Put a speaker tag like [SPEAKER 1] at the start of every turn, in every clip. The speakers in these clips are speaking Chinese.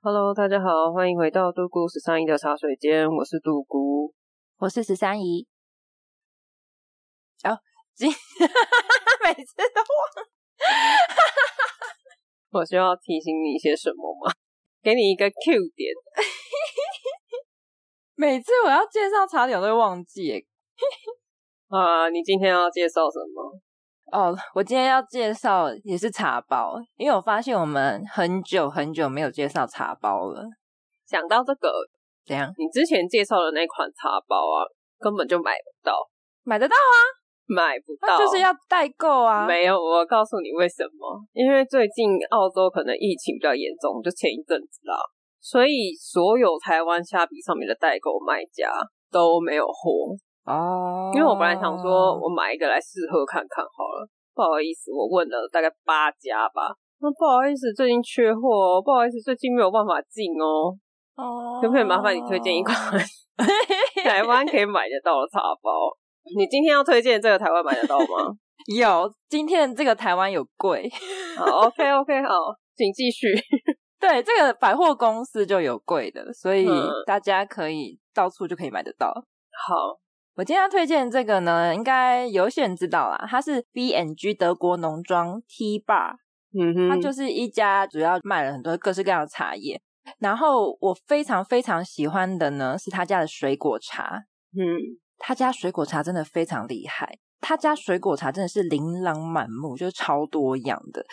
[SPEAKER 1] Hello，大家好，欢迎回到杜姑十三姨的茶水间，我是杜姑。
[SPEAKER 2] 我是十三姨。哦， 今每次都
[SPEAKER 1] 我需要提醒你一些什么吗？给你一个 Q 点，
[SPEAKER 2] 每次我要介绍茶点我都会忘记耶。
[SPEAKER 1] 啊，你今天要介绍什么？
[SPEAKER 2] 哦，我今天要介绍也是茶包，因为我发现我们很久很久没有介绍茶包了。
[SPEAKER 1] 想到这个，
[SPEAKER 2] 怎样
[SPEAKER 1] 你之前介绍的那款茶包啊，根本就买不到，
[SPEAKER 2] 买得到啊？
[SPEAKER 1] 买不到，
[SPEAKER 2] 那就是要代购啊。
[SPEAKER 1] 哦没有，我告诉你为什么？因为最近澳洲可能疫情比较严重，就前一阵子啦，所以所有台湾虾皮上面的代购卖家都没有货。
[SPEAKER 2] 哦，
[SPEAKER 1] 因为我本来想说，我买一个来试喝看看好了。不好意思，我问了大概八家吧。那不好意思，最近缺货哦，不好意思，最近没有办法进哦。
[SPEAKER 2] 哦
[SPEAKER 1] 可不可以麻烦你推荐一款台湾可以买得到的茶包？你今天要推荐这个台湾买得到 吗？
[SPEAKER 2] 有，今天这个台湾有贵，
[SPEAKER 1] 好，OK OK，好，请继续。
[SPEAKER 2] 对，这个百货公司就有贵的，所以
[SPEAKER 1] 嗯
[SPEAKER 2] 大家可以到处就可以买得到。
[SPEAKER 1] 好，
[SPEAKER 2] 我今天要推荐这个呢，应该有些人知道啦，它是 B N G 德国农庄 T Bar，
[SPEAKER 1] 嗯哼，
[SPEAKER 2] 它就是一家主要卖了很多各式各样的茶叶。然后我非常非常喜欢的呢是他家的水果茶，
[SPEAKER 1] 嗯，
[SPEAKER 2] 他家水果茶真的非常厉害，他家水果茶真的是琳琅满目，就是超多样的。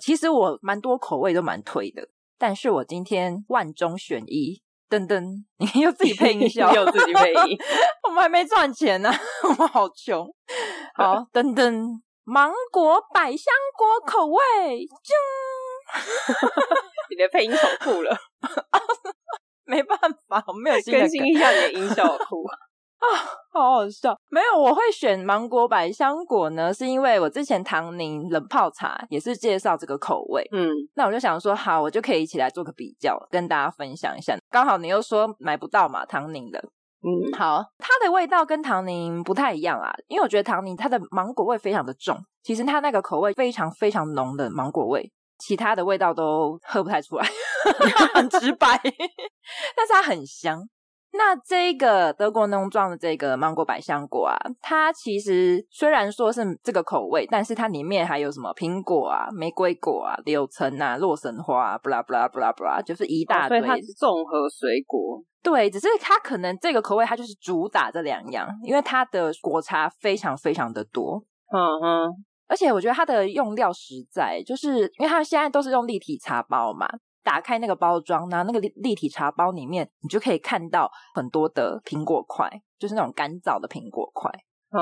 [SPEAKER 2] 其实我蛮多口味都蛮推的，但是我今天万中选一，噔噔，你又自己配音 效，
[SPEAKER 1] 又自己配音。
[SPEAKER 2] 我们还没赚钱呢、我们好穷。好，等等，芒果百香果口味，啾，
[SPEAKER 1] 你的配音手库了，
[SPEAKER 2] 没办法，我没有新的
[SPEAKER 1] 更 新
[SPEAKER 2] 梗，
[SPEAKER 1] 一下你的音效库。
[SPEAKER 2] 好好笑。没有，我会选芒果百香果呢，是因为我之前唐宁冷泡茶也是介绍这个口味，
[SPEAKER 1] 嗯，
[SPEAKER 2] 那我就想说，好，我就可以一起来做个比较，跟大家分享一下。刚好你又说买不到嘛，唐宁的，
[SPEAKER 1] 嗯
[SPEAKER 2] 好，它的味道跟唐宁不太一样啦，因为我觉得唐宁它的芒果味非常的重，其实它那个口味非常非常浓的芒果味，其他的味道都喝不太出来， 很直白， 但是它很香。那这个德国农庄的这个芒果百香果啊，它其实虽然说是这个口味，但是它里面还有什么苹果啊、玫瑰果啊、柳橙啊、洛神花啊，不啦不啦不啦不啦，就是一大
[SPEAKER 1] 哦
[SPEAKER 2] 堆。
[SPEAKER 1] 所以它是综合水果。
[SPEAKER 2] 对，只是它可能这个口味它就是主打这两样，因为它的果茶非常非常的多，
[SPEAKER 1] 嗯哼，
[SPEAKER 2] 而且我觉得它的用料实在，就是因为它现在都是用立体茶包嘛，打开那个包装，然后那个立立体茶包里面你就可以看到很多的苹果块，就是那种干燥的苹果块，
[SPEAKER 1] 嗯。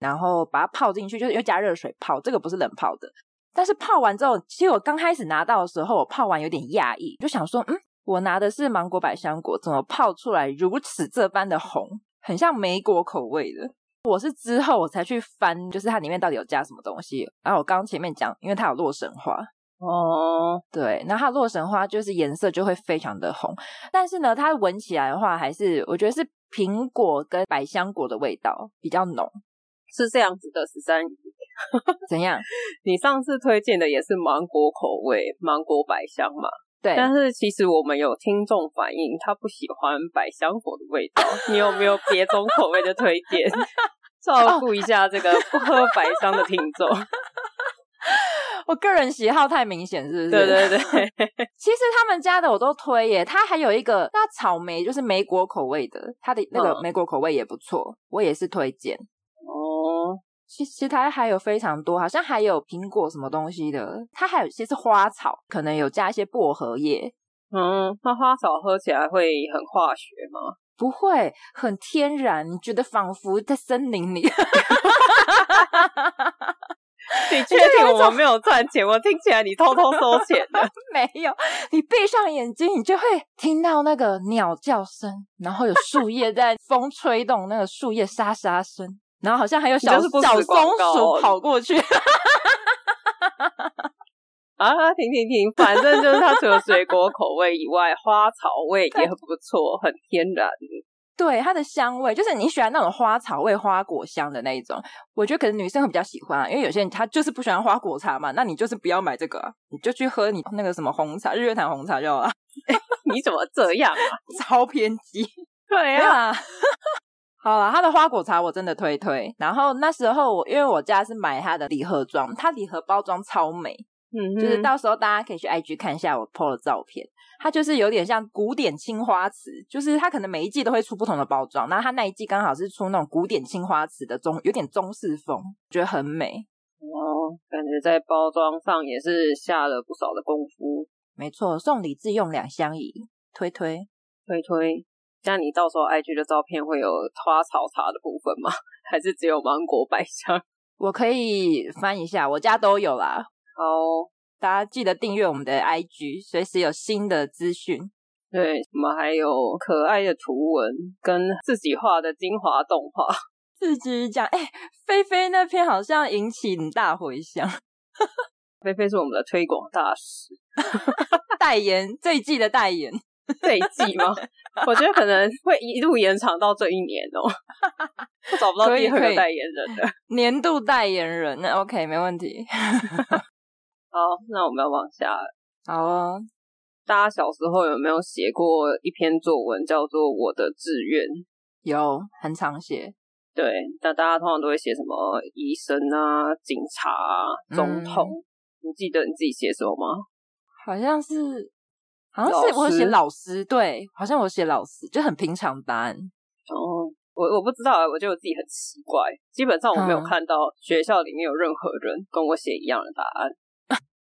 [SPEAKER 2] 然后把它泡进去，就是要加热水泡，这个不是冷泡的。但是泡完之后，其实我刚开始拿到的时候，我泡完有点讶异，就想说，嗯，我拿的是芒果百香果，怎么泡出来如此这般的红，很像梅果口味的。我是之后我才去翻，就是它里面到底有加什么东西。然后我刚前面讲，因为它有洛神花，
[SPEAKER 1] 哦，
[SPEAKER 2] 对，那它的洛神花就是颜色就会非常的红，但是呢，它闻起来的话，还是我觉得是苹果跟百香果的味道比较浓。
[SPEAKER 1] 是这样子的，十三姨。
[SPEAKER 2] 怎样？
[SPEAKER 1] 你上次推荐的也是芒果口味，芒果百香嘛。
[SPEAKER 2] 对，
[SPEAKER 1] 但是其实我们有听众反映，他不喜欢百香果的 味道。你有没有别种口味的推 荐？照顾一下这个不喝百香的听众。
[SPEAKER 2] 我个人喜好太明显，是不是？
[SPEAKER 1] 对对对，
[SPEAKER 2] 其实他们家的我都推耶，它还有一个那草莓，就是莓果口味的，它的那个
[SPEAKER 1] 嗯
[SPEAKER 2] 莓果口味也不错，我也是推荐。
[SPEAKER 1] 哦，
[SPEAKER 2] 其其他还有非常多，好像还有苹果什么东西的，它还有一些是花草，可能有加一些薄荷叶，
[SPEAKER 1] 嗯，那花草喝起来会很化学吗？
[SPEAKER 2] 不会很天然，你觉得仿佛在森林里。
[SPEAKER 1] 你确定我们没有赚钱？我听起来你偷偷收钱的。
[SPEAKER 2] 没有，你闭上眼睛，你就会听到那个鸟叫声，然后有树叶 在风吹动，那个树叶沙沙声，然后好像还有小
[SPEAKER 1] 你这是不实
[SPEAKER 2] 小
[SPEAKER 1] 广
[SPEAKER 2] 松
[SPEAKER 1] 告哦
[SPEAKER 2] 鼠跑过去。
[SPEAKER 1] 啊，停停停，反正就是它除了水果口味以外，花草味也很不错，很天然。
[SPEAKER 2] 对，它的香味就是你喜欢那种花草味、花果香的那一种，我觉得可能女生会比较喜欢、啊，因为有些人她就是不喜欢花果茶嘛，那你就是不要买这个啊、你就去喝你那个什么红茶，日月潭红茶就好了。
[SPEAKER 1] 你怎么这样啊？
[SPEAKER 2] 超偏激。
[SPEAKER 1] 对
[SPEAKER 2] 没有，啊啦， 好了，它的花果茶我真的推推。然后那时候我因为我家是买它的礼盒装，它礼盒包装超美，
[SPEAKER 1] 嗯哼，
[SPEAKER 2] 就是到时候大家可以去 IG 看一下我 PO 的照片，它就是有点像古典青花瓷，就是它可能每一季都会出不同的包装，然后它那一季刚好是出那种古典青花瓷的中，有点中式风，觉得很美。
[SPEAKER 1] 哦，感觉在包装上也是下了不少的功夫。
[SPEAKER 2] 没错，送礼自用两相宜，推推。
[SPEAKER 1] 推推，那你到时候 IG 的照片会有花草茶的部分吗？ 还是只有芒果百香？
[SPEAKER 2] 我可以翻一下，我家都有啦。
[SPEAKER 1] 哦，
[SPEAKER 2] 大家记得订阅我们的 IG，随时有新的资讯。
[SPEAKER 1] 对，我们还有可爱的图文跟自己画的精华动画。
[SPEAKER 2] 自己讲，哎、菲菲那篇好像引起很大回响，
[SPEAKER 1] 菲菲是我们的推广大使，
[SPEAKER 2] 代言这一季的代言，
[SPEAKER 1] 这一季吗？ 我觉得可能会一路延长到这一年哦、 我找不到
[SPEAKER 2] 可以
[SPEAKER 1] 第二
[SPEAKER 2] 可
[SPEAKER 1] 个
[SPEAKER 2] 以
[SPEAKER 1] 代言人了。
[SPEAKER 2] 年度代言人，那 OK 没问题。
[SPEAKER 1] 好，那我们要往下
[SPEAKER 2] 好哦，
[SPEAKER 1] 大家小时候有没有写过一篇作文，叫做《我的志愿》？
[SPEAKER 2] 有很常写，
[SPEAKER 1] 对，那大家通常都会写什么医生啊、警察啊、
[SPEAKER 2] 嗯
[SPEAKER 1] 总统。你记得你自己写什么吗？
[SPEAKER 2] 好像是，好像是
[SPEAKER 1] 老
[SPEAKER 2] 我
[SPEAKER 1] 师
[SPEAKER 2] 写老师，对，好像我写老师，就很平常答案。
[SPEAKER 1] 哦，我我不知道啊，我觉得我自己很奇怪。基本上我没有
[SPEAKER 2] 嗯
[SPEAKER 1] 看到学校里面有任何人跟我写一样的答案。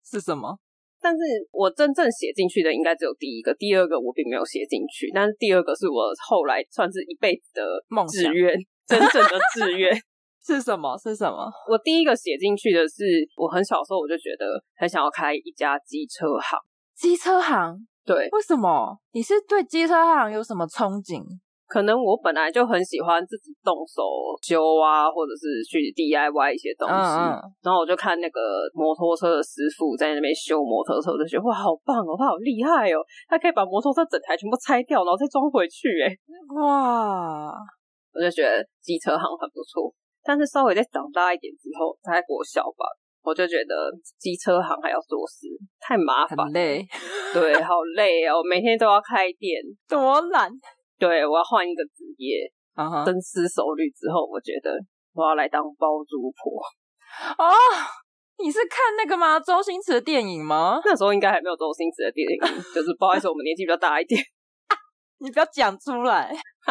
[SPEAKER 2] 是什么？
[SPEAKER 1] 但是我真正写进去的应该只有第一个，第二个我并没有写进去。但是第二个是我后来算是一辈子的
[SPEAKER 2] 梦想
[SPEAKER 1] 志愿， 真正的志愿。
[SPEAKER 2] 是什么？是什么？
[SPEAKER 1] 我第一个写进去的是，我很小时候我就觉得很想要开一家机车行。
[SPEAKER 2] 机车行？
[SPEAKER 1] 对，
[SPEAKER 2] 为什么？你是对机车行有什么憧憬？
[SPEAKER 1] 可能我本来就很喜欢自己动手修啊，或者是去 DIY 一些东西。
[SPEAKER 2] 嗯嗯
[SPEAKER 1] 然后我就看那个摩托车的师傅在那边修摩托车，我就觉得哇，好棒哦，他好厉害哦，他可以把摩托车整台全部拆掉，然后再装回去。诶
[SPEAKER 2] 哇，
[SPEAKER 1] 我就觉得机车行很不错。但是稍微再长大一点之后，大概国小吧，我就觉得机车行还要做事太麻烦，
[SPEAKER 2] 很累，
[SPEAKER 1] 对，好累哦，每天都要开店，
[SPEAKER 2] 多懒
[SPEAKER 1] 对我要换一个职业。
[SPEAKER 2] 啊哈！
[SPEAKER 1] 深思熟虑之后，我觉得我要来当包租婆。
[SPEAKER 2] 哦，你是看那个吗？周星驰的电 影吗？
[SPEAKER 1] 那时候应该还没有周星驰的电影，就是不好意思，我们年纪比较大一点。
[SPEAKER 2] 你不要讲出来。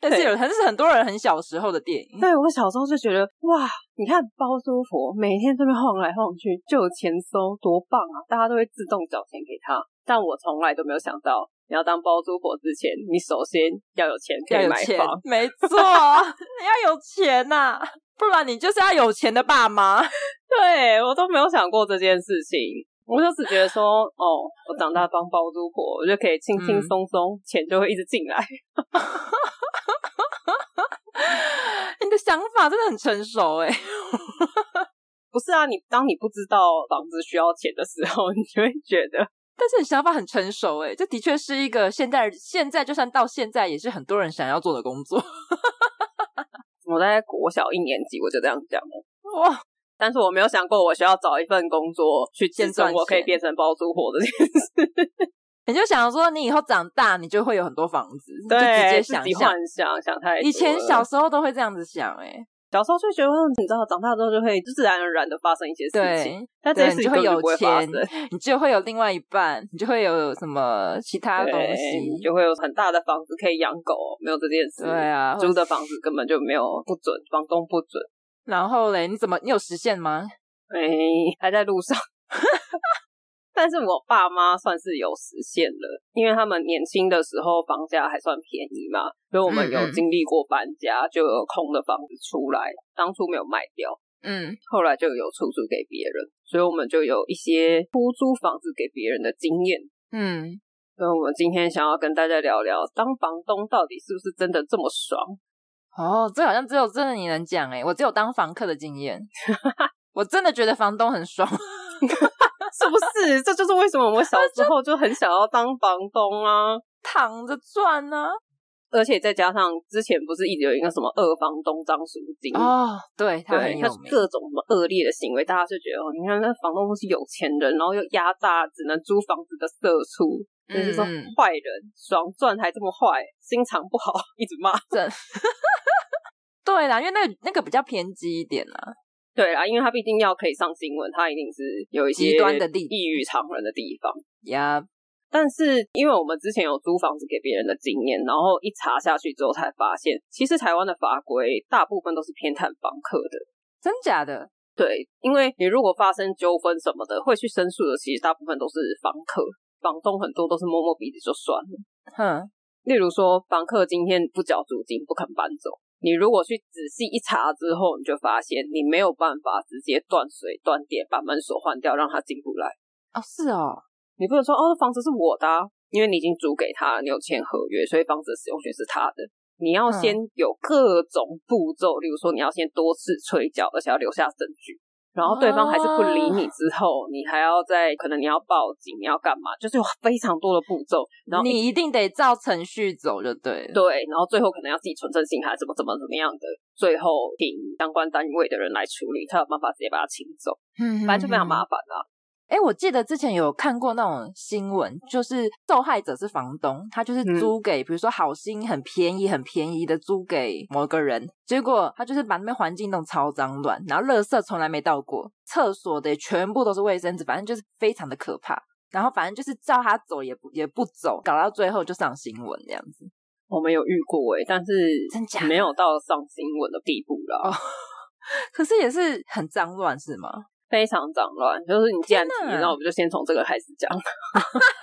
[SPEAKER 2] 但是有，还是很多人很小时候的电影。
[SPEAKER 1] 对我小时候就觉得哇，你看包租婆每天这边晃来晃去就有钱收，多棒啊！大家都会自动缴钱给他，但我从来都没有想到，你要当包租婆之前，你首先要有钱 可
[SPEAKER 2] 要
[SPEAKER 1] 以
[SPEAKER 2] 有
[SPEAKER 1] 买
[SPEAKER 2] 钱
[SPEAKER 1] 房。，
[SPEAKER 2] 没错，你要有钱呐、不然你就是要有钱的爸妈。
[SPEAKER 1] 对我都没有想过这件事情。我就只觉得说，哦，我长大当包租婆，我就可以轻轻
[SPEAKER 2] 嗯
[SPEAKER 1] 松松，钱就会一直进来。
[SPEAKER 2] 你的想法真的很成熟哎、
[SPEAKER 1] 不是啊，你当你不知道房子需要钱的时候，你就会觉得
[SPEAKER 2] 但是你想法很成熟哎、这的确是一个现在现在就算到现在也是很多人想要做的工作
[SPEAKER 1] 我在国小一年级我就这样讲了，
[SPEAKER 2] 哇！
[SPEAKER 1] 但是我没有想过我需要找一份工作去支
[SPEAKER 2] 先赚
[SPEAKER 1] 撑
[SPEAKER 2] 钱
[SPEAKER 1] 我可以变成包租婆的这件事，
[SPEAKER 2] 你就想说你以后长大你就会有很多房子， 你就直
[SPEAKER 1] 对，
[SPEAKER 2] 接
[SPEAKER 1] 自
[SPEAKER 2] 想
[SPEAKER 1] 己
[SPEAKER 2] 象
[SPEAKER 1] 幻。想想太多了
[SPEAKER 2] 以前小时候都会这样子想哎、
[SPEAKER 1] 小时候就觉得，你知道，长大之后就会自然而然的发生一些 事情，
[SPEAKER 2] 对，
[SPEAKER 1] 但这
[SPEAKER 2] 对
[SPEAKER 1] 些事
[SPEAKER 2] 你
[SPEAKER 1] 情
[SPEAKER 2] 就会
[SPEAKER 1] 根本
[SPEAKER 2] 有
[SPEAKER 1] 不会发生
[SPEAKER 2] 钱。，你就会有另外一半，你就会有什么其他东
[SPEAKER 1] 对，你
[SPEAKER 2] 西。
[SPEAKER 1] 就会有很大的房子可以养狗，没有这件事。
[SPEAKER 2] 对啊，
[SPEAKER 1] 租的房子根本就没有不准，房东不准。
[SPEAKER 2] 然后嘞，你怎么你有实现吗？
[SPEAKER 1] 哎、还在路 上。但是我爸妈算是有实现了，因为他们年轻的时候房价还算便宜嘛，所以我们
[SPEAKER 2] 嗯
[SPEAKER 1] 有
[SPEAKER 2] 嗯
[SPEAKER 1] 经历过搬家，就有空的房子出来，当初没有卖掉，
[SPEAKER 2] 嗯，
[SPEAKER 1] 后来就有出租给别人，所以我们就有一些出租房子给别人的经验。
[SPEAKER 2] 嗯，
[SPEAKER 1] 所以我们今天想要跟大家聊聊，当房东到底是不是真的这么爽？
[SPEAKER 2] 哦，这好像只有真的你能讲哎，我只有当房客的经验， 我真的觉得房东很爽，
[SPEAKER 1] 是不是？这就是为什么我小时候就很想要当房东啊。
[SPEAKER 2] 躺着赚啊呢、
[SPEAKER 1] 而且再加上之前不是一直有一个什么二房东张淑晶，
[SPEAKER 2] 哦，对他
[SPEAKER 1] 嗯对
[SPEAKER 2] 很，
[SPEAKER 1] 他
[SPEAKER 2] 有名，
[SPEAKER 1] 各种什么恶劣的行为，大家就觉得哦，你看那房东是有钱人，然后又压榨只能租房子的社畜，就是说
[SPEAKER 2] 嗯嗯
[SPEAKER 1] 坏人，爽赚还这么坏，心肠不好， 一直骂。
[SPEAKER 2] 对啦，因为那个那个比较偏激一点啦。
[SPEAKER 1] 对啊啦，因为他毕竟要可以上新闻，他一定是有一些
[SPEAKER 2] 极端的例子
[SPEAKER 1] 异于常人的地方。
[SPEAKER 2] 呀，
[SPEAKER 1] 但是因为我们之前有租房子给别人的经验，然后一查下去之后才发现，其实台湾的法规大部分都是偏袒房客的。
[SPEAKER 2] 真假的？
[SPEAKER 1] 对，因为你如果发生纠纷什么的，会去申诉的，其实大部分都是房客，房东很多都是摸摸鼻子就算了。
[SPEAKER 2] 哼，
[SPEAKER 1] 例如说，房客今天不缴租金，不肯搬走。你如果去仔细一查之后，你就发现你没有办法直接断水断电，把门锁换掉，让他进不来。
[SPEAKER 2] 哦，是哦，
[SPEAKER 1] 你不能说哦，房子是我的、啊，因为你已经租给他了，你有签合约，所以房子的使用权是他的。你要先
[SPEAKER 2] 嗯
[SPEAKER 1] 有各种步骤，例如说你要先多次催缴，而且要留下证据。然后对方还是不理你之后，你还要再可能你要报警，你要干嘛？就是有非常多的步骤，然后
[SPEAKER 2] 你一定得照程序走就对了。
[SPEAKER 1] 对，然后最后可能要自己存证信函，怎么怎么怎么样的，最后请相关单位的人来处理，才有办法直接把他请走，
[SPEAKER 2] 嗯
[SPEAKER 1] 反正就非常麻
[SPEAKER 2] 烦。
[SPEAKER 1] 烦啊啦、
[SPEAKER 2] 哎、我记得之前有看过那种新闻，就是受害者是房东，他就是
[SPEAKER 1] 嗯
[SPEAKER 2] 租给，比如说好心很便宜、很便宜的租给某个人，结果他就是把那边环境弄超脏乱，然后垃圾从来没倒过，厕所的也全部都是卫生纸，反正就是非常的可怕。然后反正就是叫他走也不也不走，搞到最后就上新闻这样子。
[SPEAKER 1] 我们有遇过诶、但是
[SPEAKER 2] 真假的
[SPEAKER 1] 没有到上新闻的地步啦。
[SPEAKER 2] 哦 可是也是很脏乱是吗？
[SPEAKER 1] 非常脏乱。就是你既然提
[SPEAKER 2] 天，哪
[SPEAKER 1] 那我们就先从这个开始讲。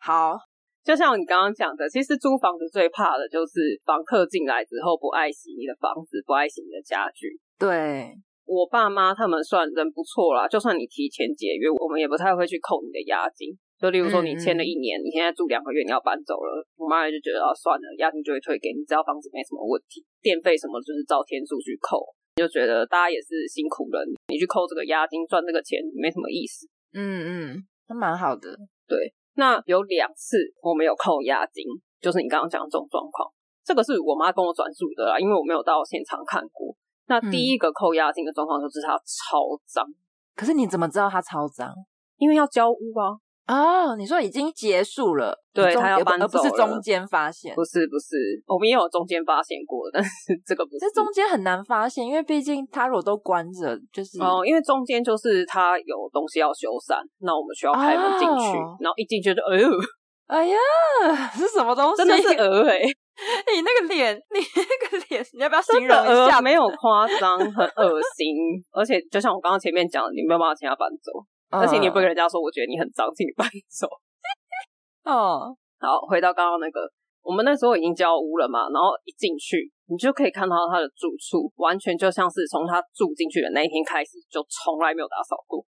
[SPEAKER 2] 好，
[SPEAKER 1] 就像你刚刚讲的，其实租房子最怕的就是房客进来之后不爱惜你的房子，不爱惜你的家具。
[SPEAKER 2] 对，
[SPEAKER 1] 我爸妈他们算人不错啦，就算你提前解约，我们也不太会去扣你的押金。就例如说
[SPEAKER 2] 嗯
[SPEAKER 1] 你签了一年，你现在住两个月，你要搬走了，我妈就觉得啊算了，押金就会退给你，只要房子没什么问题，电费什么就是照天数去扣。你就觉得大家也是辛苦人，你去扣这个押金赚这个钱没什么意思。
[SPEAKER 2] 嗯嗯，那蛮好的。
[SPEAKER 1] 那有两次我没有扣押金，就是你刚刚讲的这种状况。这个是我妈跟我转述的啦，因为我没有到现场看过。那第
[SPEAKER 2] 嗯
[SPEAKER 1] 一个扣押金的状况就是它超脏，
[SPEAKER 2] 可是你怎么知道他超脏？
[SPEAKER 1] 因为要交屋啊，
[SPEAKER 2] 哦，你说已经结束了，
[SPEAKER 1] 对
[SPEAKER 2] 你中
[SPEAKER 1] 他要
[SPEAKER 2] 而不
[SPEAKER 1] 搬
[SPEAKER 2] 而不
[SPEAKER 1] 走
[SPEAKER 2] 是
[SPEAKER 1] 了
[SPEAKER 2] 中间发现，
[SPEAKER 1] 不是不是，我们也有中间发现过，但是这个不是
[SPEAKER 2] 这中间很难发现，因为毕竟他如果都关着，就是
[SPEAKER 1] 哦，因为中间就是他有东西要修缮，那我们需要开门进去，
[SPEAKER 2] 哦
[SPEAKER 1] 然后一进去就 哎呦，
[SPEAKER 2] 哎呀，是什么东西？
[SPEAKER 1] 真的是鹅 哎、
[SPEAKER 2] 你那个脸，你那个脸，你要不要形
[SPEAKER 1] 真的呃
[SPEAKER 2] 容一下
[SPEAKER 1] 鹅？没有夸张，很恶心，而且就像我刚刚前面讲的，你没有办法请他搬走。
[SPEAKER 2] 嗯，
[SPEAKER 1] 而且你也不会跟人家说，我觉得你很脏，请你搬走。
[SPEAKER 2] 哦，
[SPEAKER 1] 好，回到刚刚那个，我们那时候已经交屋了嘛，然后一进去，你就可以看到他的住处，完全就像是从他住进去的那一天开始，就从来没有打扫过，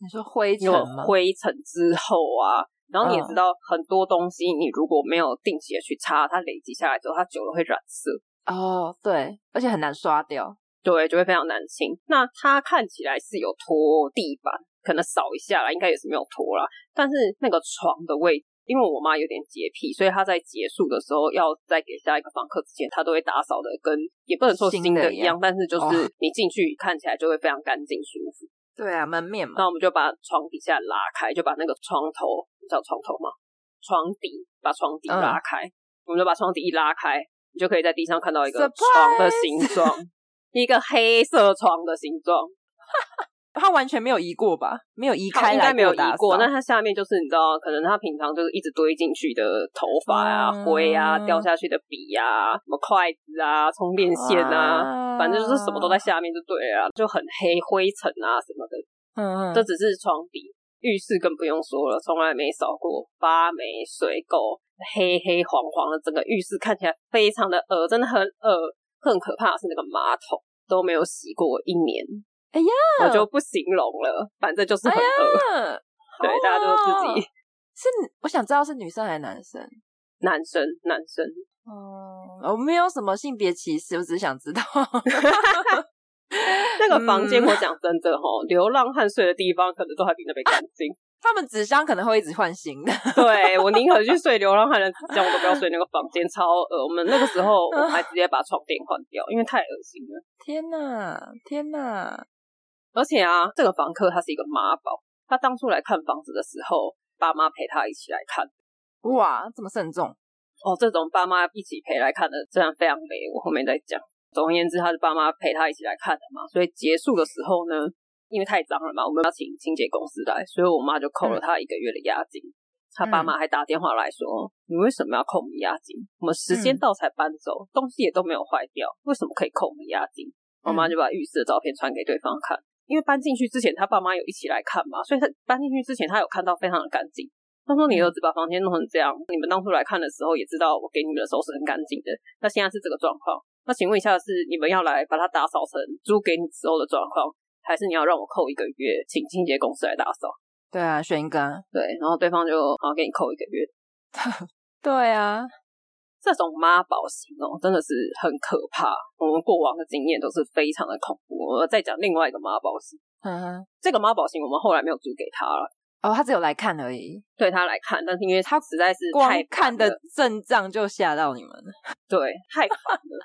[SPEAKER 2] 你说灰尘
[SPEAKER 1] 有
[SPEAKER 2] 吗？
[SPEAKER 1] 灰尘之后啊。然后你也
[SPEAKER 2] 嗯
[SPEAKER 1] 知道，很多东西你如果没有定期的去擦，它累积下来之后，它久了会染色，
[SPEAKER 2] 哦，对，而且很难刷掉。
[SPEAKER 1] 对，就会非常难清。那它看起来是有拖地板，可能扫一下啦，应该也是没有拖啦。但是那个床的位置，因为我妈有点洁癖，所以她在结束的时候要再给下一个房客之前，她都会打扫的跟也不能说
[SPEAKER 2] 新
[SPEAKER 1] 新
[SPEAKER 2] 的
[SPEAKER 1] 的
[SPEAKER 2] 一
[SPEAKER 1] 一
[SPEAKER 2] 样
[SPEAKER 1] 样，但是就
[SPEAKER 2] 哦
[SPEAKER 1] 是你进去看起来就会非常干净舒服。
[SPEAKER 2] 对啊，门面嘛。
[SPEAKER 1] 那我们就把床底下拉开，就把那个床头叫床头吗？床底把床底
[SPEAKER 2] 嗯
[SPEAKER 1] 拉开，我们就把床底一拉开，你就可以在地上看到一个
[SPEAKER 2] Surprise！
[SPEAKER 1] 床的形状， 一个黑色床的形状。
[SPEAKER 2] 他完全没有移过吧？没有移
[SPEAKER 1] 它
[SPEAKER 2] 开
[SPEAKER 1] 应
[SPEAKER 2] 来
[SPEAKER 1] 该没有移
[SPEAKER 2] 打
[SPEAKER 1] 过，
[SPEAKER 2] 扫
[SPEAKER 1] 那它下面就是你知道，可能它平常就是一直堆进去的头发
[SPEAKER 2] 嗯
[SPEAKER 1] 啊、灰啊、掉下去的笔啊、什么筷子啊、充电线啊，反正就是什么都在。下面就对了啊，就很黑灰尘啊什么的。
[SPEAKER 2] 嗯嗯，
[SPEAKER 1] 这只是床底，浴室更不用说了，从来没扫过，发霉、水垢、黑黑黄黄的，整个浴室看起来非常的恶，真的很恶。更可怕的是那个马桶都没有洗过一年，
[SPEAKER 2] 哎呀，
[SPEAKER 1] 我就不形容了，反正就是很恶。
[SPEAKER 2] 嗯
[SPEAKER 1] 对，大家都自己
[SPEAKER 2] 哦是，我想知道是女生还是男生。
[SPEAKER 1] 男生男生，
[SPEAKER 2] 哦、我没有什么性别歧视，我只是想知道。
[SPEAKER 1] 那个房间
[SPEAKER 2] 嗯
[SPEAKER 1] 我讲真的吼，流浪汉睡的地方可能都还比那边干净。
[SPEAKER 2] 他们纸箱可能会一直换新的，
[SPEAKER 1] 对我宁可去睡流浪汉的纸箱，我都不要睡那个房间，超恶。我们那个时候我们还直接把床垫换掉，因为太恶心了。
[SPEAKER 2] 天哪，天哪，
[SPEAKER 1] 而且啊，这个房客他是一个妈宝，他当初来看房子的时候，爸妈陪他一起来看。
[SPEAKER 2] 哇，这么慎重，
[SPEAKER 1] 哦，这种爸妈一起陪来看的，真的非常美。我后面再讲。总而言之，他是爸妈陪他一起来看的嘛，所以结束的时候呢，因为太脏了嘛，我们要请清洁公司来，所以我妈就扣了他一个月的押金。他爸妈还打电话来说：“哦你为什么要扣我们押金？我们时间到才搬走，东西也都没有坏掉，为什么可以扣我们押金？”我妈就把浴室的照片传给对方看，因为搬进去之前他爸妈有一起来看嘛，所以他搬进去之前他有看到非常的干净。他说：“你儿子把房间弄成这样，你们当初来看的时候也知道我给你们的收拾很干净的，那现在是这个状况。那请问一下，是你们要来把它打扫成租给你之后的状况，还是你要让我扣一个月，请清洁公司来打扫？
[SPEAKER 2] 对啊，选一个啊，
[SPEAKER 1] 对，然后对方就好给你扣一个月。
[SPEAKER 2] 对啊，
[SPEAKER 1] 这种妈宝型哦，真的是很可怕。我们过往的经验都是非常的恐怖。我再讲另外一个妈宝型，
[SPEAKER 2] 嗯哼，
[SPEAKER 1] 这个妈宝型我们后来没有租给他了，
[SPEAKER 2] 哦，他只有来看而已，
[SPEAKER 1] 对他来看，但是因为他实在是
[SPEAKER 2] 光
[SPEAKER 1] 太
[SPEAKER 2] 看
[SPEAKER 1] 烦
[SPEAKER 2] 的
[SPEAKER 1] 了
[SPEAKER 2] 阵仗就吓到你们了。
[SPEAKER 1] 对太烦了。”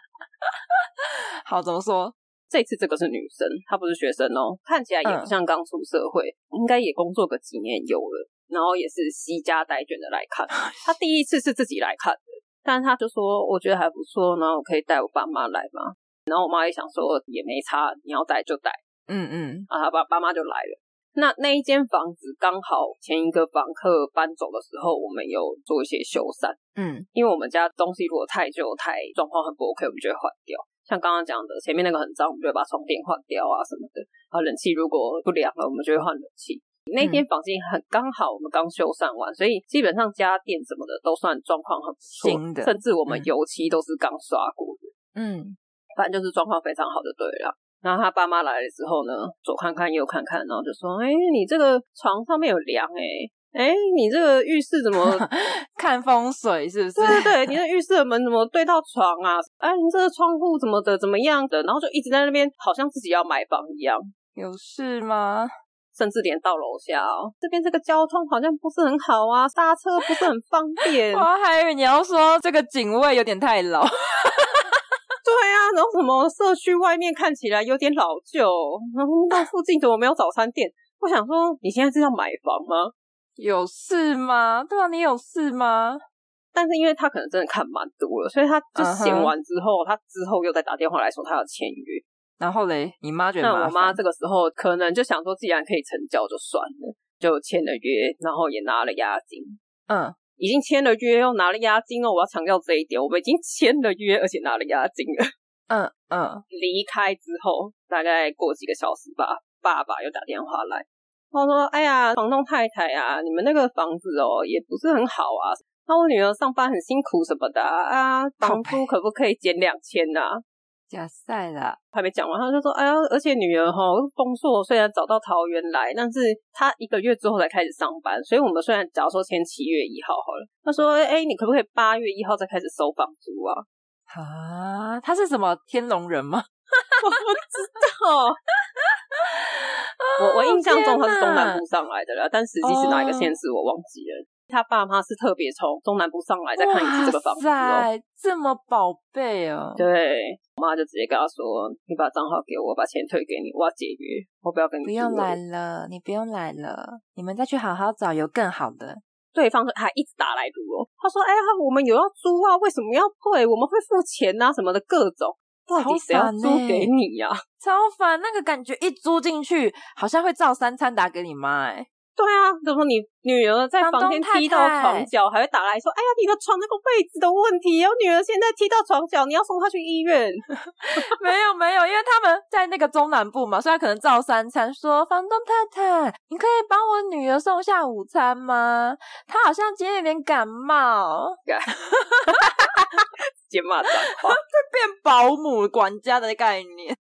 [SPEAKER 2] 好，怎么说？
[SPEAKER 1] 这次这个是女生，她不是学生哦，看起来
[SPEAKER 2] 嗯
[SPEAKER 1] 也不像刚出社会，应该也工作个几年有了，然后也是惜家带卷的来看。
[SPEAKER 2] 哎
[SPEAKER 1] 她第一次是自己来看的，但是她就说我觉得还不错，然后我可以带我爸妈来嘛。然后我妈也想说也没差，你要带就带
[SPEAKER 2] 嗯嗯，
[SPEAKER 1] 啊，她爸爸妈就来了。那那一间房子刚好前一个房客搬走的时候，我们有做一些修缮。
[SPEAKER 2] 嗯
[SPEAKER 1] 因为我们家东西如果太旧、太状况很不 OK，我们就会换掉。像刚刚讲的，前面那个很脏，我们就会把床垫换掉啊什么的。啊，冷气如果不凉了，我们就会换冷气。那
[SPEAKER 2] 嗯
[SPEAKER 1] 间房间很刚好，我们刚修缮完，所以基本上家电什么的都算状况很不错，
[SPEAKER 2] 新的
[SPEAKER 1] 甚至我们
[SPEAKER 2] 嗯
[SPEAKER 1] 油漆都是刚刷过的，
[SPEAKER 2] 嗯，
[SPEAKER 1] 反正就是状况非常好就对了。然后他爸妈来了之后呢，左看看右看看，然后就说：“哎、你这个床上面有梁哎、哎、你这个浴室怎么
[SPEAKER 2] 看风水是不是？
[SPEAKER 1] 对对对，你的浴室的门怎么对到床啊？哎，你这个窗户怎么的怎么样的？然后就一直在那边，好像自己要买房一样，
[SPEAKER 2] 有事吗？
[SPEAKER 1] 甚至连到楼下哦，这边这个交通好像不是很好啊，刹车不是很方 便。对
[SPEAKER 2] 我还以为你要说这个警卫有点太老，
[SPEAKER 1] 啊，然后什么社区外面看起来有点老旧，然后那附近怎么没有早餐店？我想说，你现在是要买房吗？
[SPEAKER 2] 有事吗？对啊，你有事吗？
[SPEAKER 1] 但是因为他可能真的看蛮多了，所以他就
[SPEAKER 2] 嗯哼
[SPEAKER 1] 闲完之后他之后又再打电话来说他要签约。
[SPEAKER 2] 然后嘞，你妈觉得
[SPEAKER 1] 那我
[SPEAKER 2] 麻
[SPEAKER 1] 妈
[SPEAKER 2] 烦，
[SPEAKER 1] 这个时候可能就想说，既然可以成交就算了，就签了约，然后也拿了押金，
[SPEAKER 2] 嗯，
[SPEAKER 1] 已经签了约又拿了押金哦。我要强调这一点，我们已经签了约，而且拿了押金了。
[SPEAKER 2] 嗯嗯，
[SPEAKER 1] 离开之后，大概过几个小时吧，爸爸又打电话来，他说：“哎呀，房东太太啊，你们那个房子哦，也不是很好啊。那我女儿上班很辛苦什么的啊，啊
[SPEAKER 2] 靠
[SPEAKER 1] 房租
[SPEAKER 2] 北
[SPEAKER 1] 可不可以减两千啊呐？”
[SPEAKER 2] 假赛啦，
[SPEAKER 1] 还没讲完，他就说：“哎呀，而且女儿哈工作虽然找到桃园来，但是她一个月之后才开始上班，所以我们虽然假如说签七月一号好了，他说：哎，你可不可以八月一号再开始收房租啊？
[SPEAKER 2] 啊，他是什么天龙人吗？
[SPEAKER 1] 哦，我我印象中他是东
[SPEAKER 2] 哦天
[SPEAKER 1] 南
[SPEAKER 2] 哪哦
[SPEAKER 1] 部上来的啦，但实际是哪一个县市我忘记了。他爸妈是特别从东南部上来再看一次这个房子哦。
[SPEAKER 2] 哇塞，这么宝贝哦，
[SPEAKER 1] 对，我妈就直接跟他说：你把账号给我，我把钱退给你，我要解约，我不要跟你
[SPEAKER 2] 不用
[SPEAKER 1] 租了
[SPEAKER 2] 来了，你不用来了，你们再去好好找有更好的。
[SPEAKER 1] 对方还一直打来撸哦，他说：“哎呀，我们有要租啊，为什么要退？我们会付钱呐、啊，什么的各种。”到底谁要租
[SPEAKER 2] 超烦欸
[SPEAKER 1] 给你呀、
[SPEAKER 2] 超烦，那个感觉一租进去，好像会照三餐打给你妈、欸，
[SPEAKER 1] 对啊，怎么你女儿在房间
[SPEAKER 2] 房东太太
[SPEAKER 1] 踢到床角，还会打来说：“哎呀，你的床那个位置的问题，我女儿现在踢到床角，你要送她去医院。
[SPEAKER 2] 没有没有，因为他们在那个中南部嘛，所以他可能照三餐说，房东太太，你可以帮我女儿送下午餐吗？她好像今天有点感冒，”
[SPEAKER 1] 直接骂脏话。
[SPEAKER 2] 变保姆管家的概念。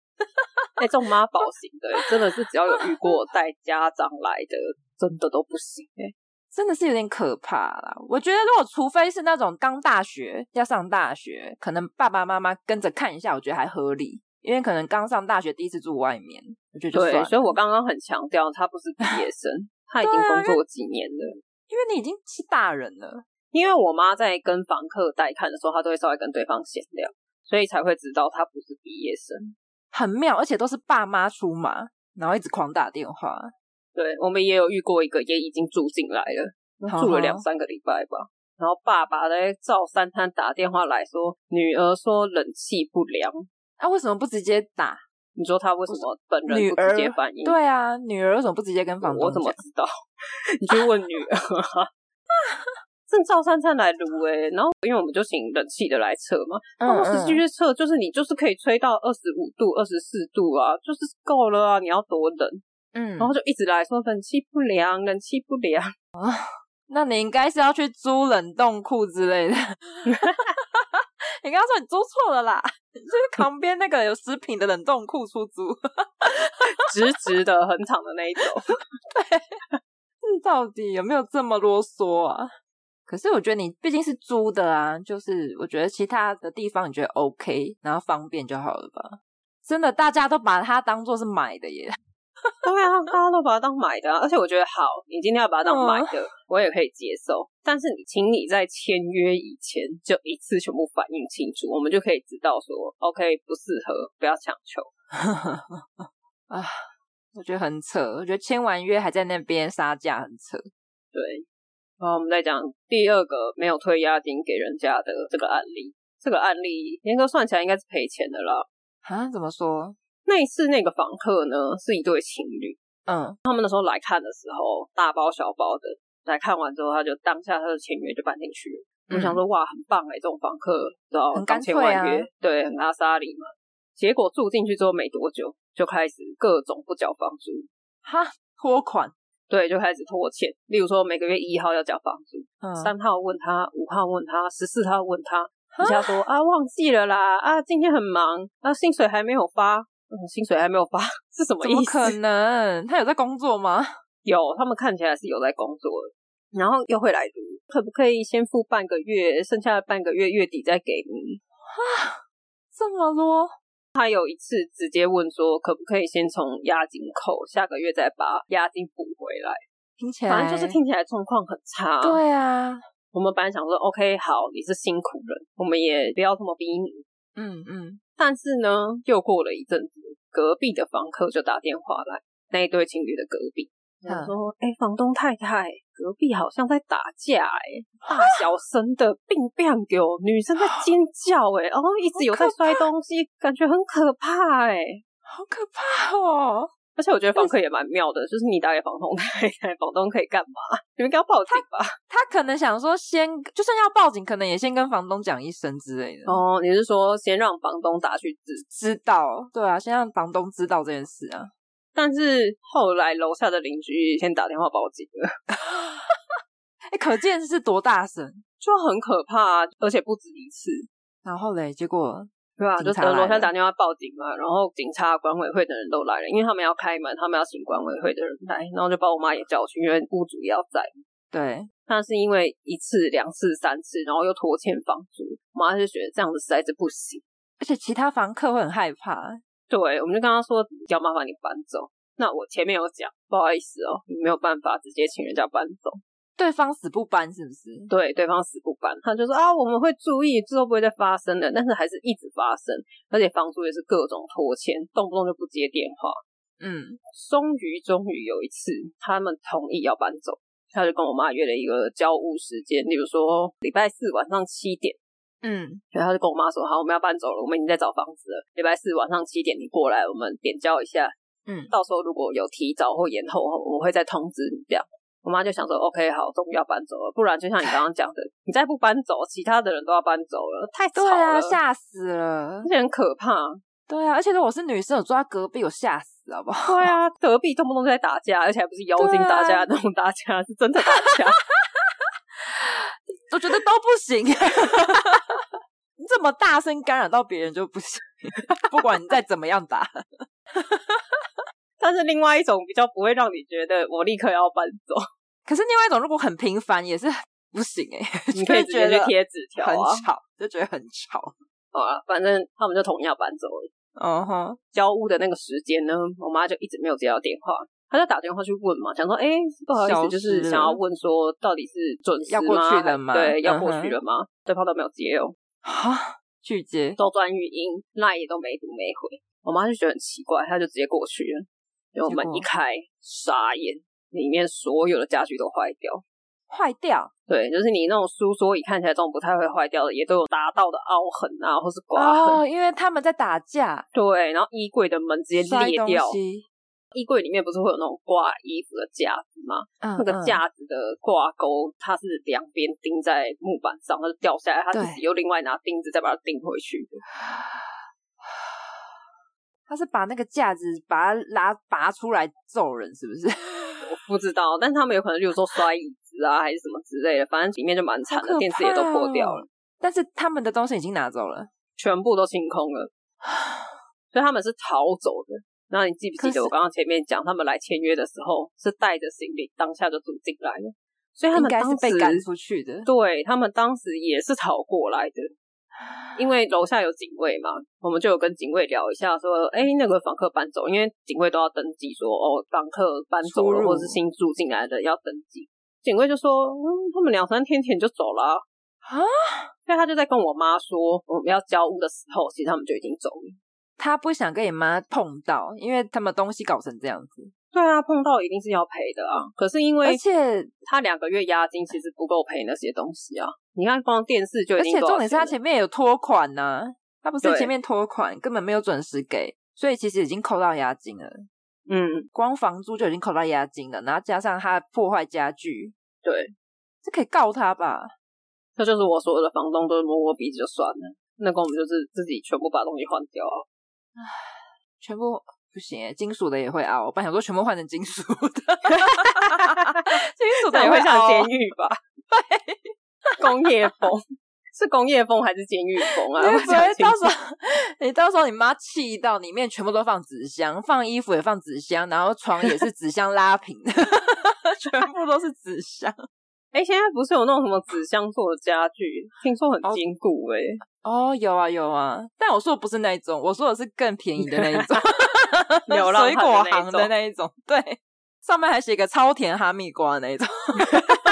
[SPEAKER 1] 哎、这种妈宝型的、真的是只要有遇过带家长来的，真的都不行、哎。
[SPEAKER 2] 真的是有点可怕啦！我觉得，如果除非是那种刚大学要上大学，可能爸爸妈妈跟着看一下，我觉得还合理，因为可能刚上大学第一次住外面，我觉得就算
[SPEAKER 1] 对，
[SPEAKER 2] 了。
[SPEAKER 1] 所以我刚刚很强调，她不是毕业生，她已经
[SPEAKER 2] 对
[SPEAKER 1] 工
[SPEAKER 2] 啊
[SPEAKER 1] 作几年了。
[SPEAKER 2] 因为你已经是大人了，
[SPEAKER 1] 因为我妈在跟房客带看的时候，她都会稍微跟对方闲聊，所以才会知道她不是毕业生。
[SPEAKER 2] 很妙，而且都是爸妈出马，然后一直狂打电话。
[SPEAKER 1] 对我们也有遇过一个也已经住进来了，
[SPEAKER 2] 好
[SPEAKER 1] 住了
[SPEAKER 2] 好
[SPEAKER 1] 两三个礼拜吧。然后爸爸在赵三餐打电话来说，女儿说冷气不良。
[SPEAKER 2] 啊，为什么不直接打？
[SPEAKER 1] 你说他为什么本人
[SPEAKER 2] 女
[SPEAKER 1] 不
[SPEAKER 2] 儿
[SPEAKER 1] 直接反应？
[SPEAKER 2] 对啊，女儿为什么不直接跟房东
[SPEAKER 1] 嗯我怎么
[SPEAKER 2] 讲
[SPEAKER 1] 知道？ 你去问女儿啊。 正赵三餐来撸哎、然后因为我们就请冷气的来测嘛，
[SPEAKER 2] 嗯
[SPEAKER 1] 办公室继续测，就是你就是可以吹到二十五度、二十四度啊，就是够了啊，你要多冷，
[SPEAKER 2] 嗯，
[SPEAKER 1] 然后就一直来说冷气不良，冷气不良，
[SPEAKER 2] 那你应该是要去租冷冻库之类的。 你刚刚说你租错了啦，你就是旁边那个有食品的冷冻库出租。
[SPEAKER 1] 直直的很长的那一种。
[SPEAKER 2] 这到底有没有这么啰嗦啊？可是我觉得你毕竟是租的啊，就是我觉得其他的地方你觉得 OK，然后方便就好了吧。真的，大家都把它当做是买的耶。
[SPEAKER 1] 对啊，大家都把它当买的、啊，而且我觉得好，你今天要把它当买的，我也可以接受。但是你，请你在签约以前就一次全部反映清楚，我们就可以知道说，OK 不适合，不要强求。
[SPEAKER 2] 啊，我觉得很扯，我觉得签完约还在那边杀价，很扯。
[SPEAKER 1] 对，然后我们再讲第二个没有退押金给人家的这个案例，这个案例严格算起来应该是赔钱的啦。
[SPEAKER 2] 啊，怎么说？
[SPEAKER 1] 那一次那个房客呢是一对情侣，
[SPEAKER 2] 嗯，
[SPEAKER 1] 他们那时候来看的时候，大包小包的来看完之后，他就当下他的签约就搬进去了。
[SPEAKER 2] 嗯
[SPEAKER 1] 我想说，哇，很棒哎、这种房客，然后
[SPEAKER 2] 很
[SPEAKER 1] 刚
[SPEAKER 2] 干
[SPEAKER 1] 签
[SPEAKER 2] 脆
[SPEAKER 1] 完
[SPEAKER 2] 啊
[SPEAKER 1] 约，对，很阿莎里嘛。结果住进去之后没多久，就开始各种不缴房租，
[SPEAKER 2] 哈，拖款，
[SPEAKER 1] 对，就开始拖欠。例如说，每个月一号要缴房租，
[SPEAKER 2] 嗯，
[SPEAKER 1] 三、号问他，五号问他，十四号问他，人家说啊忘记了啦，啊今天很忙，啊薪水还没有发，嗯，薪水还没有发 是什么
[SPEAKER 2] 怎
[SPEAKER 1] 意
[SPEAKER 2] 么
[SPEAKER 1] 思？
[SPEAKER 2] 可能？他有在工作吗？
[SPEAKER 1] 有，他们看起来是有在工作的，然后又会来读，可不可以先付半个月，剩下的半个月月底再给你？
[SPEAKER 2] 这么啰，
[SPEAKER 1] 他有一次直接问说，可不可以先从押金扣，下个月再把押金补回来？
[SPEAKER 2] 听起来
[SPEAKER 1] 反正就是听起来状况很差。，
[SPEAKER 2] 对啊，
[SPEAKER 1] 我们本来想说，OK，好，你是辛苦人，我们也不要这么逼你。
[SPEAKER 2] 嗯嗯，
[SPEAKER 1] 但是呢，又过了一阵子，隔壁的房客就打电话来，那一对情侣的隔壁，
[SPEAKER 2] 嗯
[SPEAKER 1] 他说：“哎、房东太太，隔壁好像在打架、哎，大小声的，并并给我，女生在尖叫、哎，然后一直有在摔东西，感觉很可怕、哎。”
[SPEAKER 2] 好可怕哦。
[SPEAKER 1] 而且我觉得房客也蛮妙的，就是你打给房东太太，房东可以干嘛？ 你们给他报警吧。
[SPEAKER 2] 他可能想说先，就算要报警，可能也先跟房东讲一声之类的，
[SPEAKER 1] 哦，你是说先让房东打去自
[SPEAKER 2] 知道，对啊，先让房东知道这件事啊。
[SPEAKER 1] 但是后来楼下的邻居先打电话报警了。
[SPEAKER 2] 哎，可见是多大声。
[SPEAKER 1] 就很可怕、啊，而且不止一次，
[SPEAKER 2] 然后嘞，结果
[SPEAKER 1] 对啊，就
[SPEAKER 2] 警察
[SPEAKER 1] 德罗
[SPEAKER 2] 来
[SPEAKER 1] 山
[SPEAKER 2] 了
[SPEAKER 1] 打电话报警嘛，然后警察、管委会的人都来了，因为他们要开门，他们要请管委会的人来，然后就把我妈也叫去，因为屋主也要在。
[SPEAKER 2] 对，
[SPEAKER 1] 但是因为一次、两次、三次，然后又拖欠房租，我妈就觉得这样子实在是不行。
[SPEAKER 2] 而且其他房客会很害怕。
[SPEAKER 1] 对，我们就跟她说要麻烦你搬走。那我前面有讲，不好意思哦，你没有办法直接请人家搬走。
[SPEAKER 2] 对方死不搬，是不是？
[SPEAKER 1] 对，对方死不搬，他就说啊，我们会注意，之后不会再发生的。但是还是一直发生，而且房租也是各种拖欠，动不动就不接电话。
[SPEAKER 2] 嗯，
[SPEAKER 1] 终于，终于有一次，他们同意要搬走，他就跟我妈约了一个交屋时间，比如说礼拜四晚上七点。
[SPEAKER 2] 嗯，
[SPEAKER 1] 然后他就跟我妈说：“好，我们要搬走了，我们已经在找房子了。礼拜四晚上七点你过来，我们点交一下。
[SPEAKER 2] 嗯
[SPEAKER 1] 到时候如果有提早或延后，我们会再通知你。”这样，我妈就想说：“OK，好，终于要搬走了，不然就像你刚刚讲的，你再不搬走，其他的人都要搬走了，太吵
[SPEAKER 2] 对
[SPEAKER 1] 了，
[SPEAKER 2] 啊，吓死了
[SPEAKER 1] 而。且很可怕。
[SPEAKER 2] 对啊，而且如果我是女生，我坐在隔壁，我吓死，好不好？
[SPEAKER 1] 对啊，隔壁动不动就在打架，而且还不是妖精
[SPEAKER 2] 对啊
[SPEAKER 1] 打架、那种打架，是真的打架。
[SPEAKER 2] 我觉得都不行。 你这么大声干扰到别人就不行， 不管你再怎么样打。
[SPEAKER 1] 但是另外一种比较不会让你觉得我立刻要搬走，
[SPEAKER 2] 可是另外一种，如果很频繁也是不行哎、欸，
[SPEAKER 1] 你可以
[SPEAKER 2] 就
[SPEAKER 1] 直
[SPEAKER 2] 会觉
[SPEAKER 1] 接去
[SPEAKER 2] 得
[SPEAKER 1] 贴纸条
[SPEAKER 2] 很
[SPEAKER 1] 啊。
[SPEAKER 2] 吵，就觉得很吵。
[SPEAKER 1] 好啊，反正他们就同意要搬走了。”
[SPEAKER 2] 嗯哼，
[SPEAKER 1] 交屋的那个时间呢，我妈就一直没有接到电话，她就打电话去问嘛，想说，哎、不好意思，
[SPEAKER 2] 消失
[SPEAKER 1] 就是想要问说，到底是准时
[SPEAKER 2] 要过去
[SPEAKER 1] 还
[SPEAKER 2] 了吗
[SPEAKER 1] 对，要过
[SPEAKER 2] 嗯哼
[SPEAKER 1] 去了吗？对方都没有接哦，
[SPEAKER 2] 哈，拒接。
[SPEAKER 1] 都转语音，那也都没读没回，我妈就觉得很奇怪，她就直接过去了，结果
[SPEAKER 2] 结
[SPEAKER 1] 门
[SPEAKER 2] 果
[SPEAKER 1] 一开，傻眼，里面所有的家具都坏掉，
[SPEAKER 2] 坏掉
[SPEAKER 1] 对，就是你那种书桌椅看起来这种不太会坏掉的，也都有打到的凹痕啊，或是刮痕。
[SPEAKER 2] 哦，因为他们在打架，
[SPEAKER 1] 对，然后衣柜的门直接
[SPEAKER 2] 摔
[SPEAKER 1] 裂
[SPEAKER 2] 东
[SPEAKER 1] 掉，
[SPEAKER 2] 西，
[SPEAKER 1] 衣柜里面不是会有那种挂衣服的架子吗？
[SPEAKER 2] 嗯
[SPEAKER 1] 那个
[SPEAKER 2] 嗯
[SPEAKER 1] 架子的挂钩，它是两边钉在木板上，它就掉下来，它自己又另外拿钉子再把它钉回去。
[SPEAKER 2] 他是把那个架子把它拉拔出来揍人，是不是？
[SPEAKER 1] 不知道，但他们有可能，例如说摔椅子啊，还是什么之类的，反正里面就蛮惨
[SPEAKER 2] 好
[SPEAKER 1] 的，
[SPEAKER 2] 可
[SPEAKER 1] 电视也都
[SPEAKER 2] 怕
[SPEAKER 1] 破
[SPEAKER 2] 哦
[SPEAKER 1] 掉了，
[SPEAKER 2] 但是他们的东西已经拿走了，
[SPEAKER 1] 全部都清空了，所以他们是逃走的。那你记不记
[SPEAKER 2] 可是
[SPEAKER 1] 得我刚刚前面讲，他们来签约的时候是带着行李，当下就住进来了，所以他
[SPEAKER 2] 应
[SPEAKER 1] 们
[SPEAKER 2] 该
[SPEAKER 1] 当
[SPEAKER 2] 是
[SPEAKER 1] 时
[SPEAKER 2] 被赶出去的。
[SPEAKER 1] 对他们当时也是逃过来的，因为楼下有警卫嘛，我们就有跟警卫聊一下，说，哎、那个房客搬走，因为警卫都要登记说，哦，房客搬走
[SPEAKER 2] 出
[SPEAKER 1] 了，
[SPEAKER 2] 入
[SPEAKER 1] 或者是新住进来的要登记。警卫就说，嗯，他们两三天前就走了
[SPEAKER 2] 啊，
[SPEAKER 1] 所以他就在跟我妈说，我们要交屋的时候，其实他们就已经走了。
[SPEAKER 2] 他不想跟你妈碰到，因为他们东西搞成这样子，
[SPEAKER 1] 对啊，碰到一定是要赔的啊。可是因为
[SPEAKER 2] 而且
[SPEAKER 1] 他两个月押金其实不够赔那些东西啊。你看，光电视就已
[SPEAKER 2] 而
[SPEAKER 1] 经
[SPEAKER 2] 且
[SPEAKER 1] 多少
[SPEAKER 2] 重点是
[SPEAKER 1] 钱
[SPEAKER 2] 他
[SPEAKER 1] 了
[SPEAKER 2] 前面有拖款呢、他不是
[SPEAKER 1] 对
[SPEAKER 2] 前面拖款，根本没有准时给，所以其实已经扣到押金了，
[SPEAKER 1] 嗯，
[SPEAKER 2] 光房租就已经扣到押金了，然后加上他破坏家具，
[SPEAKER 1] 对，
[SPEAKER 2] 这可以告他吧？
[SPEAKER 1] 这就是我所有的房东都是摸摸鼻子就算了，那跟我们就是自己全部把东西换掉啊。
[SPEAKER 2] 全部不行欸，金属的也会凹，我本来想说全部换成金属 的，金属的
[SPEAKER 1] 那
[SPEAKER 2] 也
[SPEAKER 1] 也会像
[SPEAKER 2] 凹啊
[SPEAKER 1] 监狱 吧？对，工业风是工业风还是监狱风啊？
[SPEAKER 2] 你
[SPEAKER 1] 我
[SPEAKER 2] 会不会
[SPEAKER 1] 讲清
[SPEAKER 2] 到
[SPEAKER 1] 楚
[SPEAKER 2] 时候 你到时候你妈气到里面全部都放纸箱，放衣服也放纸箱，然后床也是纸箱拉平的， 全部都是纸箱。
[SPEAKER 1] 哎、现在不是有那种什么纸箱做的家具，听说很坚固哎、，
[SPEAKER 2] 哦，有啊有啊，但我说的不是那一种，我说的是更便宜的那一种
[SPEAKER 1] 流浪汉的那一
[SPEAKER 2] 水
[SPEAKER 1] 种
[SPEAKER 2] 果行的那一种，对，上面还写个超甜哈密瓜的那一种。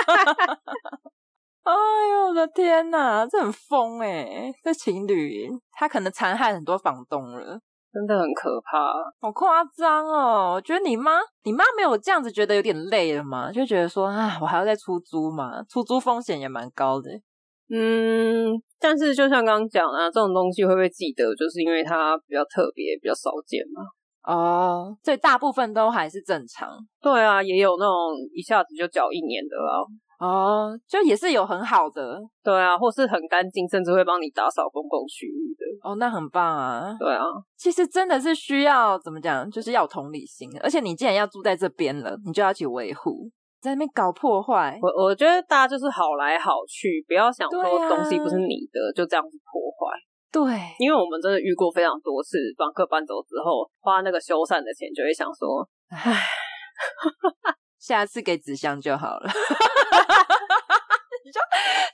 [SPEAKER 2] 哎呦我的天哪，这很疯哎、这情侣他可能残害很多房东了。
[SPEAKER 1] 真的很可怕。
[SPEAKER 2] 好夸张哦！我觉得你妈，你妈没有这样子觉得有点累了吗？就觉得说啊，我还要再出租嘛，出租风险也蛮高的。
[SPEAKER 1] 嗯，但是就像刚刚讲啊，这种东西会被记得，就是因为它比较特别，比较少见嘛。
[SPEAKER 2] 哦，所以大部分都还是正常
[SPEAKER 1] 对啊，也有那种一下子就缴一年的啊，
[SPEAKER 2] 哦，就也是有很好的
[SPEAKER 1] 对啊，或是很干净，甚至会帮你打扫公共区域的。
[SPEAKER 2] 哦，那很棒啊。
[SPEAKER 1] 对啊，
[SPEAKER 2] 其实真的是需要怎么讲，就是要有同理心，而且你既然要住在这边了，你就要去维护，在那边搞破坏，
[SPEAKER 1] 我我觉得大家就是好来好去，不要想
[SPEAKER 2] 对
[SPEAKER 1] 说
[SPEAKER 2] 啊
[SPEAKER 1] 东西不是你的、就这样子破坏。
[SPEAKER 2] 对，
[SPEAKER 1] 因为我们真的遇过非常多次，房客搬走之后花那个修缮的钱，就会想说，
[SPEAKER 2] 下次给纸箱就好了。 你就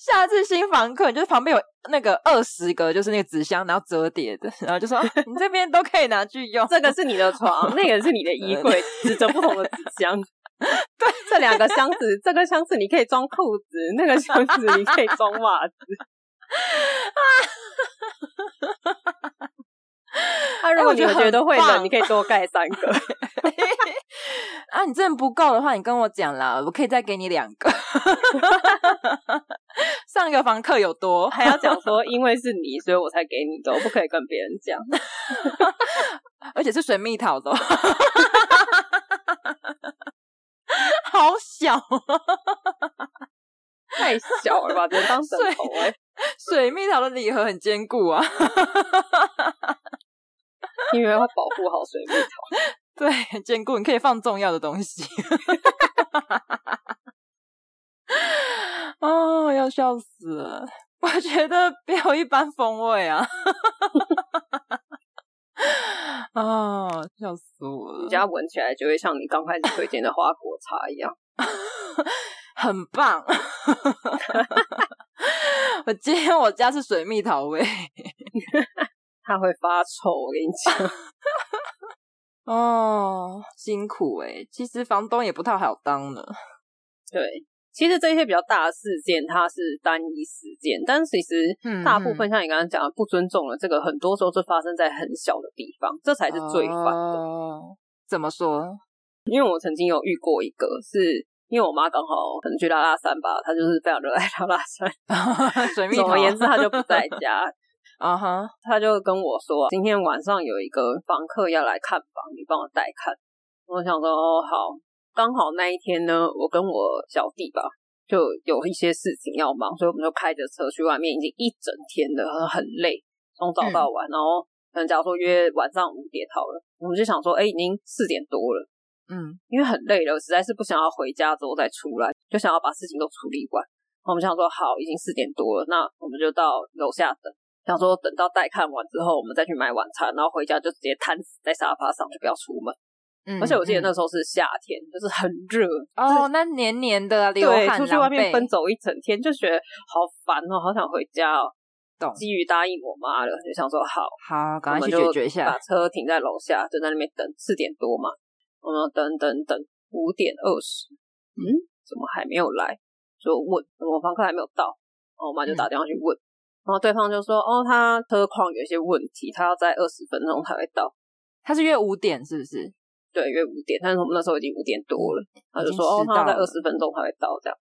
[SPEAKER 2] 下次新房客，你就旁边有那个二十个，就是那个纸箱，然后折叠的，然后就说啊你这边都可以拿去用。
[SPEAKER 1] 这个是你的床，那个是你的衣柜，指着不同的纸箱。 对，这两个箱子，这个箱子你可以装裤子，那个箱子你可以装袜 子。啊！如果
[SPEAKER 2] 哎我
[SPEAKER 1] 你
[SPEAKER 2] 觉得
[SPEAKER 1] 们觉得
[SPEAKER 2] 很
[SPEAKER 1] 会冷，
[SPEAKER 2] 棒
[SPEAKER 1] 你可以多盖三个。
[SPEAKER 2] 啊，你真的不够的话，你跟我讲啦，我可以再给你两个。上一个房客有多，
[SPEAKER 1] 还要讲说，因为是你，所以我才给你的，我不可以跟别人讲。
[SPEAKER 2] 而且是水蜜桃的哦， 好小哦
[SPEAKER 1] 太小了吧，只能当枕头哎、
[SPEAKER 2] 水蜜桃的礼盒很坚固啊。
[SPEAKER 1] 因为要保护好水蜜桃。
[SPEAKER 2] 对，很坚固，你可以放重要的东西。 哦，要笑死了！我觉得别有一般风味啊！ 哦，笑死我
[SPEAKER 1] 你
[SPEAKER 2] 了，
[SPEAKER 1] 家闻起来就会像你刚开始推荐的花果茶一样。
[SPEAKER 2] 很棒！ 我今天我家是水蜜桃味
[SPEAKER 1] 它会发臭，我跟你讲，
[SPEAKER 2] 哦，辛苦哎、其实房东也不太好当呢。
[SPEAKER 1] 对，其实这些比较大的事件，它是单一事件，但其实
[SPEAKER 2] 嗯
[SPEAKER 1] 大部分像你刚刚讲的不尊重了，这个很多时候是发生在很小的地方，这
[SPEAKER 2] 哦
[SPEAKER 1] 才是最烦的。
[SPEAKER 2] 哦怎么说？
[SPEAKER 1] 因为我曾经有遇过一个是因为我妈刚好可能去拉拉山吧，她就是非常热爱拉拉山。
[SPEAKER 2] 水蜜
[SPEAKER 1] 总
[SPEAKER 2] 桃
[SPEAKER 1] 而言之，她就不在家，
[SPEAKER 2] 啊哈，
[SPEAKER 1] 他就跟我说，今天晚上有一个房客要来看房，你帮我带看。我想说，哦，好，刚好那一天呢，我跟我小弟吧，就有一些事情要忙，所以我们就开着车去外面，已经一整天了，很累，从早到晚，然后可能假如说约晚上五点好了，我们就想说，哎，已经四点多了，
[SPEAKER 2] 嗯，
[SPEAKER 1] 因为很累了，实在是不想要回家之后再出来，就想要把事情都处理完。然后我们想说，好，已经四点多了，那我们就到楼下等。想说等到带看完之后，我们再去买晚餐，然后回家就直接瘫死在沙发上，就不要出门。
[SPEAKER 2] 嗯
[SPEAKER 1] 而且我记得
[SPEAKER 2] 嗯
[SPEAKER 1] 那时候是夏天，就是很热，
[SPEAKER 2] 哦，那黏黏的啊流
[SPEAKER 1] 对，
[SPEAKER 2] 汗，
[SPEAKER 1] 出去
[SPEAKER 2] 狼
[SPEAKER 1] 外面
[SPEAKER 2] 狈
[SPEAKER 1] 奔走一整天，就觉得好烦哦，好想回家哦。
[SPEAKER 2] 懂
[SPEAKER 1] 基于答应我妈了，就想说好，
[SPEAKER 2] 好，赶
[SPEAKER 1] 我
[SPEAKER 2] 快
[SPEAKER 1] 们
[SPEAKER 2] 去
[SPEAKER 1] 就啊
[SPEAKER 2] 解决一下
[SPEAKER 1] 把。车停在楼下，就在那边等，四点多嘛，我们等等等，五点二十，嗯，怎么还没有来？就问怎么房客还没有到，然后我妈就
[SPEAKER 2] 嗯
[SPEAKER 1] 打电话去问，然后对方就说哦，他车况有一些问题，他要在二十分钟才会到，
[SPEAKER 2] 他是约五点是不是？
[SPEAKER 1] 对，约五点，但是我们那时候已经五点多了，他就说
[SPEAKER 2] 已
[SPEAKER 1] 哦
[SPEAKER 2] 经，迟
[SPEAKER 1] 他要在
[SPEAKER 2] 到
[SPEAKER 1] 二
[SPEAKER 2] 了
[SPEAKER 1] 十分钟才会到这样，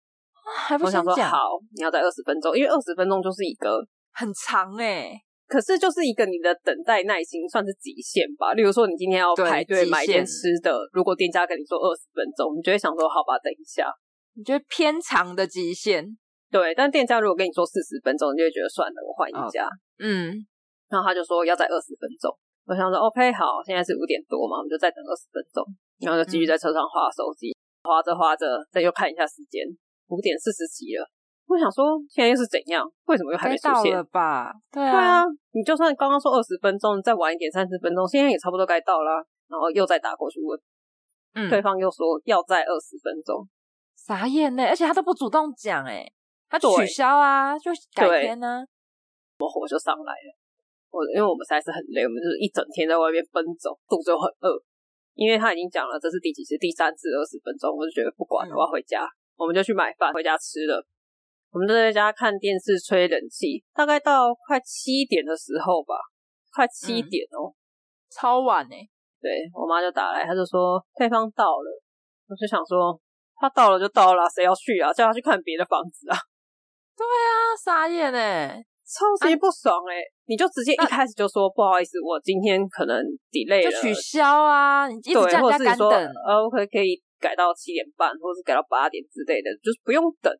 [SPEAKER 2] 还不
[SPEAKER 1] 我想
[SPEAKER 2] 先
[SPEAKER 1] 说
[SPEAKER 2] 讲，
[SPEAKER 1] 好，你要在二十分钟，因为二十分钟就是一个
[SPEAKER 2] 很长哎、
[SPEAKER 1] 可是就是一个你的等待耐心算是极限吧。例如说，你今天要
[SPEAKER 2] 对
[SPEAKER 1] 排队
[SPEAKER 2] 极
[SPEAKER 1] 买一件
[SPEAKER 2] 限
[SPEAKER 1] 吃的，如果店家跟你说二十分钟，你就会想说好吧，等一下。
[SPEAKER 2] 你觉得偏长的极限？嗯
[SPEAKER 1] 对，但店家如果跟你说四十分钟，你就会觉得算了，我换
[SPEAKER 2] 哦
[SPEAKER 1] 一家。
[SPEAKER 2] 嗯，
[SPEAKER 1] 然后他就说要再二十分钟，我想说 OK 好，现在是五点多嘛，我们就再等二十分钟，然后就继
[SPEAKER 2] 嗯
[SPEAKER 1] 续在车上划手机，划着划着再又看一下时间，五点四十几了。我想说现在又是怎样？为什么又还
[SPEAKER 2] 该
[SPEAKER 1] 没出
[SPEAKER 2] 到
[SPEAKER 1] 现？
[SPEAKER 2] 了吧？对
[SPEAKER 1] 对啊，你就算刚刚说二十分钟，再晚一点三十分钟，现在也差不多该到啦。然后又再打过去问，
[SPEAKER 2] 嗯，
[SPEAKER 1] 对方又说要再二十分钟。
[SPEAKER 2] 傻眼欸呢、而且他都不主动讲哎、他
[SPEAKER 1] 对
[SPEAKER 2] 取消啊，就改
[SPEAKER 1] 对
[SPEAKER 2] 天啊呢、
[SPEAKER 1] 我因为我们实在是很累，我们就是一整天在外面奔走，肚子又很饿。因为他已经讲了这是第几次，第三次二十分钟，我就觉得不管了，
[SPEAKER 2] 嗯
[SPEAKER 1] 我要回家，我们就去买饭回家吃了。我们就在家看电视吹冷气，大概到快七点的时候吧，快七
[SPEAKER 2] 嗯
[SPEAKER 1] 点哦、
[SPEAKER 2] 超晚哎、
[SPEAKER 1] 对我妈就打来，她就说对方到了，我就想说他到了就到了啊，谁要去啊？叫他去看别的房子啊，
[SPEAKER 2] 啊，傻眼哎、
[SPEAKER 1] 超级不爽哎、你就直接一开始就说不好意思，我今天可能 delay
[SPEAKER 2] 就
[SPEAKER 1] 了，
[SPEAKER 2] 取消啊，你一直
[SPEAKER 1] 对，
[SPEAKER 2] 叫
[SPEAKER 1] 或
[SPEAKER 2] 人
[SPEAKER 1] 者是你
[SPEAKER 2] 家干
[SPEAKER 1] 说
[SPEAKER 2] 等，
[SPEAKER 1] 呃，我可可以改到七点半，或是改到八点之类的，就是不用等。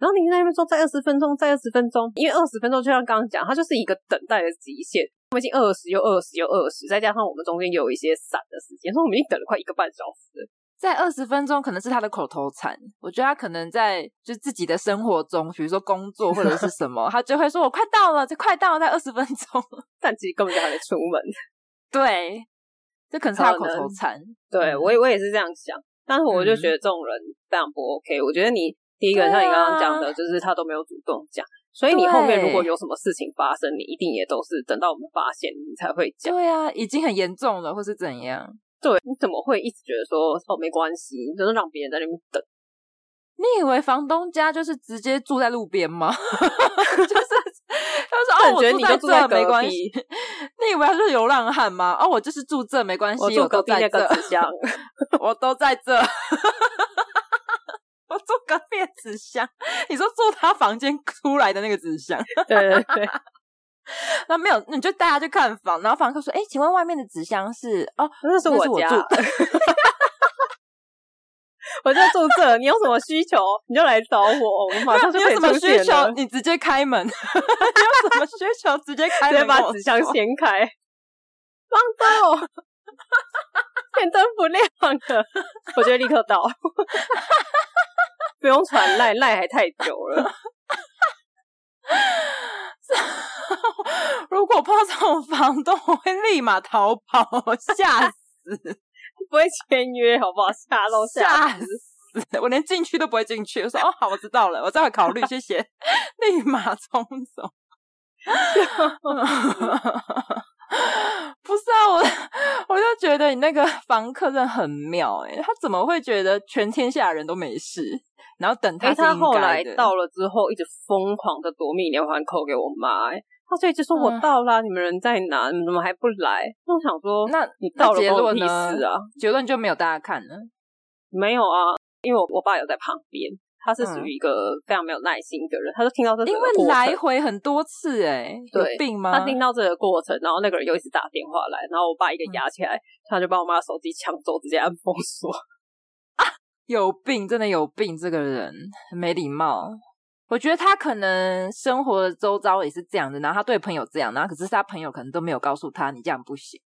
[SPEAKER 1] 然后你在那边说再二十分钟，再二十分钟，因为二十分钟就像刚刚讲，它就是一个等待的极限。我们已经二十又二十又二十，再加上我们中间有一些散的时间，所以我们已经等了快一个半小时了。
[SPEAKER 2] 在二十分钟可能是他的口头禅，我觉得他可能在就自己的生活中，比如说工作或者是什 么，他就会说我快到了，这快到了，在二十分钟。
[SPEAKER 1] 但其实根本就还没出门。
[SPEAKER 2] 对，这可能是他的口
[SPEAKER 1] 可能
[SPEAKER 2] 头禅。
[SPEAKER 1] 对
[SPEAKER 2] 嗯
[SPEAKER 1] 我也我也是这样想，但是我就觉得这种人非常不 OK。我觉得你第一个
[SPEAKER 2] 对啊
[SPEAKER 1] 像你刚刚讲的，就是他都没有主动讲，所以你
[SPEAKER 2] 对
[SPEAKER 1] 后面如果有什么事情发生，你一定也都是等到我们发现你才会讲。
[SPEAKER 2] 对啊，已经很严重了，或是怎样？
[SPEAKER 1] 对，你怎么会一直觉得说哦没关系，就是让别人在那边等？
[SPEAKER 2] 哦你以为房东家就是直接住在路边吗？ 就是他
[SPEAKER 1] 感
[SPEAKER 2] 说哦，
[SPEAKER 1] 觉
[SPEAKER 2] 我
[SPEAKER 1] 你就
[SPEAKER 2] 在
[SPEAKER 1] 住在
[SPEAKER 2] 这
[SPEAKER 1] 隔
[SPEAKER 2] 没关
[SPEAKER 1] 壁
[SPEAKER 2] 系。你以为他是流浪汉吗？哦，我就是住这没关系，
[SPEAKER 1] 我
[SPEAKER 2] 我
[SPEAKER 1] 住隔
[SPEAKER 2] 都
[SPEAKER 1] 壁
[SPEAKER 2] 在
[SPEAKER 1] 那
[SPEAKER 2] 这
[SPEAKER 1] 个，纸 箱，
[SPEAKER 2] 我都在这。 我住隔壁的纸箱，你说住他房间出来的那个纸箱，
[SPEAKER 1] 对对对，
[SPEAKER 2] 那没有，你就带他去看房，然后房客说：“哎、请问外面的纸箱是哦，
[SPEAKER 1] 那是
[SPEAKER 2] 那
[SPEAKER 1] 我
[SPEAKER 2] 是我
[SPEAKER 1] 家
[SPEAKER 2] 住，
[SPEAKER 1] 我就住这，你有什么需求你就来找我，我们马上就
[SPEAKER 2] 你
[SPEAKER 1] 可
[SPEAKER 2] 有
[SPEAKER 1] 以
[SPEAKER 2] 什么
[SPEAKER 1] 出
[SPEAKER 2] 需
[SPEAKER 1] 现
[SPEAKER 2] 求
[SPEAKER 1] 了，，
[SPEAKER 2] 你直接开门。 你有什么需求，直接开
[SPEAKER 1] 直接
[SPEAKER 2] 门跟
[SPEAKER 1] 把
[SPEAKER 2] 我说。
[SPEAKER 1] 纸箱掀开， 放走，电灯不亮了，我觉得立刻到， 不用传赖，赖还太久了，
[SPEAKER 2] 如果碰到这种房东，我会立马逃跑，吓死，
[SPEAKER 1] 不会签约好不好？吓到吓，
[SPEAKER 2] 吓死！我连进去都不会进去。我说哦，好，我知道了，我再会考虑，谢谢。 立马冲走。不是啊，我我就觉得你那个房客真的很妙诶、他怎么会觉得全天下人都没事，然后等
[SPEAKER 1] 因
[SPEAKER 2] 他
[SPEAKER 1] 为
[SPEAKER 2] 是
[SPEAKER 1] 他
[SPEAKER 2] 应
[SPEAKER 1] 后
[SPEAKER 2] 该
[SPEAKER 1] 来
[SPEAKER 2] 的？
[SPEAKER 1] 到了之后，一直疯狂的夺命连环扣给我妈、欸，他就一直说我
[SPEAKER 2] 嗯
[SPEAKER 1] 到啦，你们人在哪？你们怎么还不来？我想说，
[SPEAKER 2] 那
[SPEAKER 1] 你到了
[SPEAKER 2] 结
[SPEAKER 1] 关我
[SPEAKER 2] 论
[SPEAKER 1] 屁
[SPEAKER 2] 呢
[SPEAKER 1] 事啊？
[SPEAKER 2] 结论就没有大家看了。
[SPEAKER 1] 没有啊，因为我我爸有在旁边，他是属于一个非常没有耐心的人，他就听到这整
[SPEAKER 2] 嗯因
[SPEAKER 1] 个
[SPEAKER 2] 为
[SPEAKER 1] 过程
[SPEAKER 2] 来回很多次哎、有
[SPEAKER 1] 对
[SPEAKER 2] 病吗？
[SPEAKER 1] 他听到这个过程，然后那个人又一直打电话来，然后我爸一个
[SPEAKER 2] 嗯
[SPEAKER 1] 压起来，他就把我妈的手机抢走，直接按封锁。
[SPEAKER 2] 有病，真的有病，这个人很没礼貌。我觉得他可能生活的周遭也是这样的，然后他对朋友这样，然后可是他朋友可能都没有告诉他你这样不行，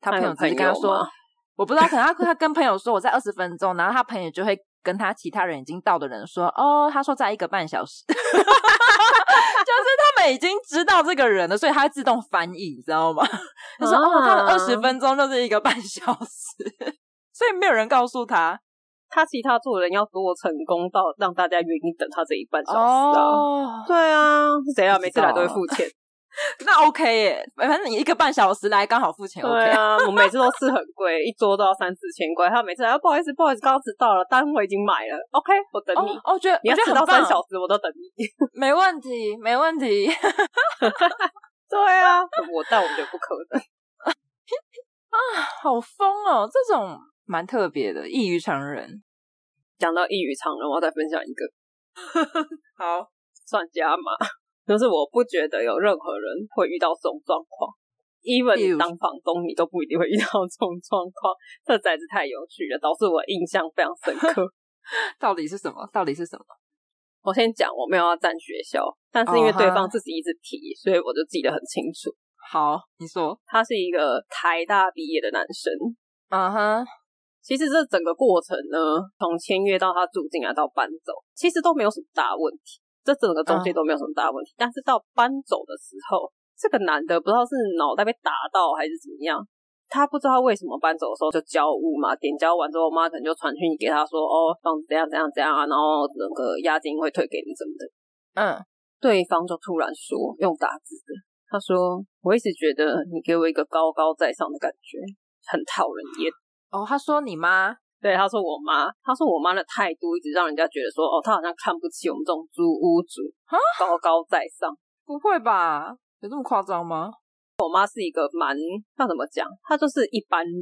[SPEAKER 2] 他朋友只是跟他
[SPEAKER 1] 他有朋友
[SPEAKER 2] 说
[SPEAKER 1] 吗，
[SPEAKER 2] 我不知道，可能他他跟朋友说我在二十分钟，然后他朋友就会跟他其他人已经到的人说，哦，他说在一个半小时， 就是他们已经知道这个人了，所以他会自动翻译，你知道吗？ 他说、哦，他的
[SPEAKER 1] 啊
[SPEAKER 2] 二十分钟就是一个半小时， 所以没有人告诉他。
[SPEAKER 1] 他其他做人要多成功到让大家愿意等他这一半小时啊？
[SPEAKER 2] 哦，
[SPEAKER 1] 对啊，是怎样？
[SPEAKER 2] 不
[SPEAKER 1] 每
[SPEAKER 2] 知
[SPEAKER 1] 次
[SPEAKER 2] 道啊
[SPEAKER 1] 来都会付钱。
[SPEAKER 2] 那 OK 耶，反正你一个半小时来刚好付钱 OK，
[SPEAKER 1] 对啊，我每次都吃很贵，一桌都要三四千块。他每次来，啊不好意思，不好意思，刚刚迟到了，单我已经买了。OK，我等
[SPEAKER 2] 哦
[SPEAKER 1] 你。
[SPEAKER 2] 哦，我觉得
[SPEAKER 1] 你要
[SPEAKER 2] 我觉
[SPEAKER 1] 迟
[SPEAKER 2] 得
[SPEAKER 1] 到
[SPEAKER 2] 很
[SPEAKER 1] 三
[SPEAKER 2] 棒，
[SPEAKER 1] 小时，我都等你。
[SPEAKER 2] 没问题，没问题。
[SPEAKER 1] 对啊，我但我觉得不可能。
[SPEAKER 2] 好疯哦，这种蛮特别的，异于常人。
[SPEAKER 1] 讲到异于常人，我要再分享一个，
[SPEAKER 2] 好，
[SPEAKER 1] 算加码，就是我不觉得有任何人会遇到这种状况。even
[SPEAKER 2] 例如
[SPEAKER 1] 你当房东，你都不一定会遇到这种状况，这实在是太有趣了，导致我印象非常深 刻。
[SPEAKER 2] 到底是什么？到底是什么？
[SPEAKER 1] 我先讲，我没有要占学校，但是因为
[SPEAKER 2] 哦哈
[SPEAKER 1] 对方自己一直提，所以我就记得很清楚。
[SPEAKER 2] 好，你说。
[SPEAKER 1] 他是一个台大毕业的男生。
[SPEAKER 2] 嗯哼，
[SPEAKER 1] 其实这整个过程呢，从签约到他住进来到搬走，其实都没有什么大问题，这整个中间都没有什么大问题。但是到搬走的时候，这个男的不知道是脑袋被打到还是怎么样，他不知道为什么搬走的时候就交屋嘛，点交完之后，我妈可能就传讯息给他说，哦，房子怎样怎样怎样啊，然后那个押金会退给你什么的。
[SPEAKER 2] 嗯，
[SPEAKER 1] 对方就突然说，用打字的，他说：“我一直觉得你给我一个高高在上的感觉，很讨人厌。
[SPEAKER 2] 哦，他说你妈，”
[SPEAKER 1] 对，他说我妈，他说我妈的态度一直让人家觉得说，哦，她好像看不起我们这种租屋族，高高在上。
[SPEAKER 2] 不会吧？有这么夸张吗？
[SPEAKER 1] 他是一个蛮要怎么讲，他就是一般人，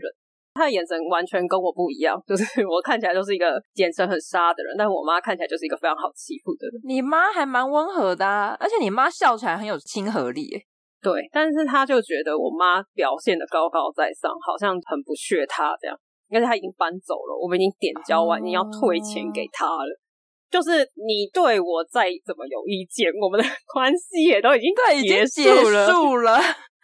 [SPEAKER 1] 他的眼神完全跟我不一样，就是我看起来就是一个眼神很杀的人，但我妈看起来就是一个非常好欺负的人。
[SPEAKER 2] 你妈还蛮温和的、啊，而且你妈笑起来很有亲和力耶。
[SPEAKER 1] 对，但是他就觉得我妈表现的高高在上，好像很不屑他这样，因为他已经搬走了，我们已经点交完，
[SPEAKER 2] 哦
[SPEAKER 1] 你要退钱给他了。就是你对我再怎么有意见，我们的 关系也都已经
[SPEAKER 2] 对，已
[SPEAKER 1] 结
[SPEAKER 2] 经结
[SPEAKER 1] 了。
[SPEAKER 2] 束了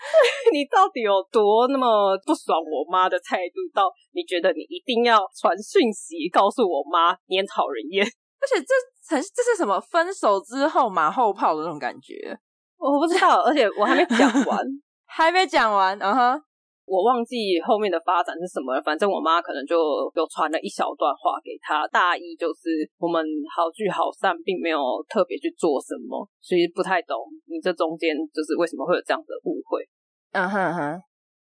[SPEAKER 1] 你到底有多那么不爽我妈的态度，到你觉得你一定要传讯息告诉我妈你很讨人厌？
[SPEAKER 2] 而且这很这是什么分手之后马后炮的那种感觉，
[SPEAKER 1] 我不知道，而且我还没讲完，
[SPEAKER 2] 还没讲完，嗯哼，
[SPEAKER 1] 我忘记后面的发展是什么了，反正我妈可能就有传了一小段话给她，大意就是我们好聚好散，并没有特别去做什么，其实不太懂你这中间就是为什么会有这样的误会。
[SPEAKER 2] 嗯哼哼，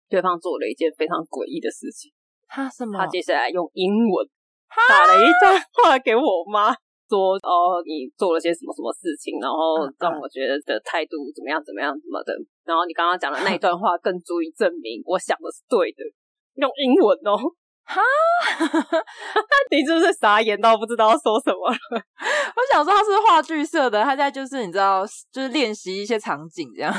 [SPEAKER 1] 对方做了一件非常诡异的事情，
[SPEAKER 2] 他什么
[SPEAKER 1] 他？接下来用英文打了一段话给我妈，说哦，你做了些什么什么事情，然后
[SPEAKER 2] 嗯嗯
[SPEAKER 1] 让我觉得的态度怎么样怎么样怎么的。然后你刚刚讲的那一段话更足以证 明我想的是对的，用英文哦。
[SPEAKER 2] 哈，
[SPEAKER 1] 你是不是傻眼到不知道要说什么了？
[SPEAKER 2] 我想说他是话剧社的，他在就是你知道，就是练习一些场景这样。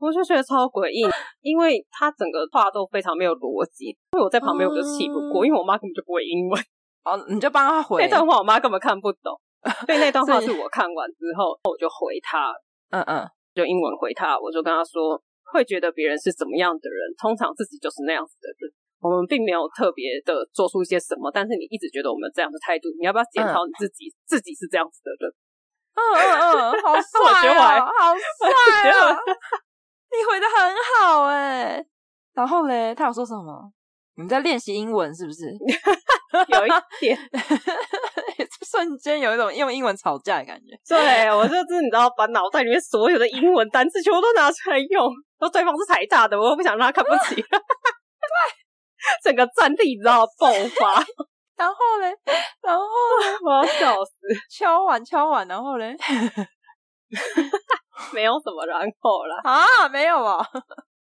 [SPEAKER 1] 我就觉得超诡异，因为他整个话都非常没有逻辑。因为我在旁边我就气不过，因
[SPEAKER 2] 嗯
[SPEAKER 1] 为我妈根本就不会英文。
[SPEAKER 2] 哦，你就帮他回
[SPEAKER 1] 那，段话我妈根本看不懂，所以那段话
[SPEAKER 2] 所
[SPEAKER 1] 是
[SPEAKER 2] 以
[SPEAKER 1] 我看完之后我就回她，
[SPEAKER 2] 嗯嗯，
[SPEAKER 1] 就英文回她，我就跟她说，会觉得别人是怎么样的人，通常自己就是那样子的人。我们并没有特别的做出一些什么，但是你一直觉得我们这样的态度，你要不要检讨你自己？自己是这样子的人，
[SPEAKER 2] 嗯嗯嗯，好
[SPEAKER 1] 觉
[SPEAKER 2] 帅
[SPEAKER 1] 得我还
[SPEAKER 2] 啊，好帅
[SPEAKER 1] 我觉得我
[SPEAKER 2] 啊！你回的很好哎、然后嘞，他有说什么？你们在练习英文是不是？
[SPEAKER 1] 有一点
[SPEAKER 2] 瞬间有一种用英文吵架的感觉。
[SPEAKER 1] 对，我就是你知道，把脑袋里面所有的英文单词全部都拿出来用。然后对方是台大的，我又不想让他看不起。 对， 整个战力你知道爆发，
[SPEAKER 2] 然后嘞，然后
[SPEAKER 1] 我要笑死。
[SPEAKER 2] 敲碗敲碗，然后嘞
[SPEAKER 1] 没有什么然后啦，
[SPEAKER 2] 啊，没有啊、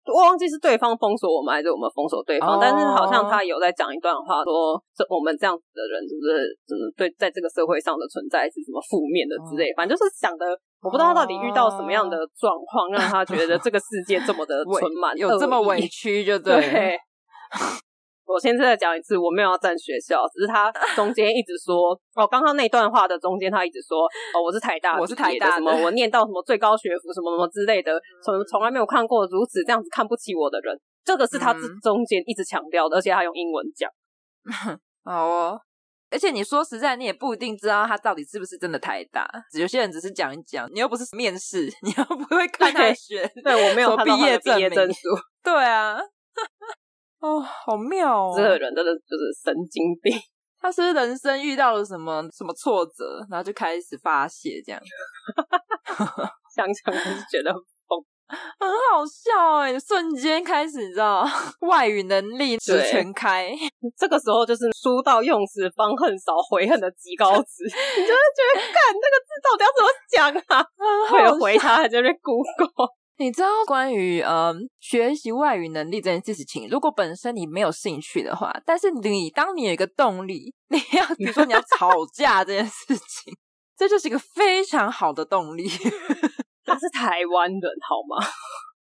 [SPEAKER 1] 我忘记是对方封锁我们还是我们封锁对方，
[SPEAKER 2] 哦
[SPEAKER 1] 但是好像他有在讲一段话说，这我们这样子的人是不是怎么对在这个社会上的存在是什么负面的之类，
[SPEAKER 2] 哦
[SPEAKER 1] 反正就是想的，我不知道他到底遇到什么样的状况，让他觉得这个世界这么的
[SPEAKER 2] 委
[SPEAKER 1] 存满
[SPEAKER 2] 有这么
[SPEAKER 1] 恶意
[SPEAKER 2] 委屈就对了。
[SPEAKER 1] 对。 我先再讲一次，我没有要站学校，只是他中间一直说，哦，刚刚那段话的中间，他一直说，哦，我是台大毕业的，
[SPEAKER 2] 我是台大的
[SPEAKER 1] 什么，我念到什么最高学府，什么什么之类的，从从来没有看过如此这样子看不起我的人，这个是他自
[SPEAKER 2] 嗯
[SPEAKER 1] 中间一直强调的，而且他用英文讲，
[SPEAKER 2] 好哦。而且你说实在，你也不一定知道他到底是不是真的台大，有些人只是讲一讲，你又不是面试，你又不 会看他的学历。
[SPEAKER 1] 对我没有
[SPEAKER 2] 什么
[SPEAKER 1] 看到
[SPEAKER 2] 毕
[SPEAKER 1] 他
[SPEAKER 2] 业
[SPEAKER 1] 的毕业
[SPEAKER 2] 证
[SPEAKER 1] 证
[SPEAKER 2] 明
[SPEAKER 1] 书，
[SPEAKER 2] 对啊，哦，好妙哦！
[SPEAKER 1] 这个人真的就是神经病。
[SPEAKER 2] 他是不是人生遇到了什么什么挫折，然后就开始发泄，这样
[SPEAKER 1] 想想还是觉得
[SPEAKER 2] 很好笑哎！瞬间开始，你知道， 外语能力十
[SPEAKER 1] 对
[SPEAKER 2] 全开，
[SPEAKER 1] 这个时候就是书到用时方恨少，悔恨的极高值。 你就会觉得，看这个字到底要怎么讲啊？
[SPEAKER 2] 很
[SPEAKER 1] 为
[SPEAKER 2] 好
[SPEAKER 1] 了回他，还在那边 Google。
[SPEAKER 2] 你知道关于嗯学习外语能力这件事情，如果本身你没有兴趣的话，但是你当你有一个动力，你要比如说你要吵架这件事情，这就是一个非常好的动力。
[SPEAKER 1] 他是台湾人好吗？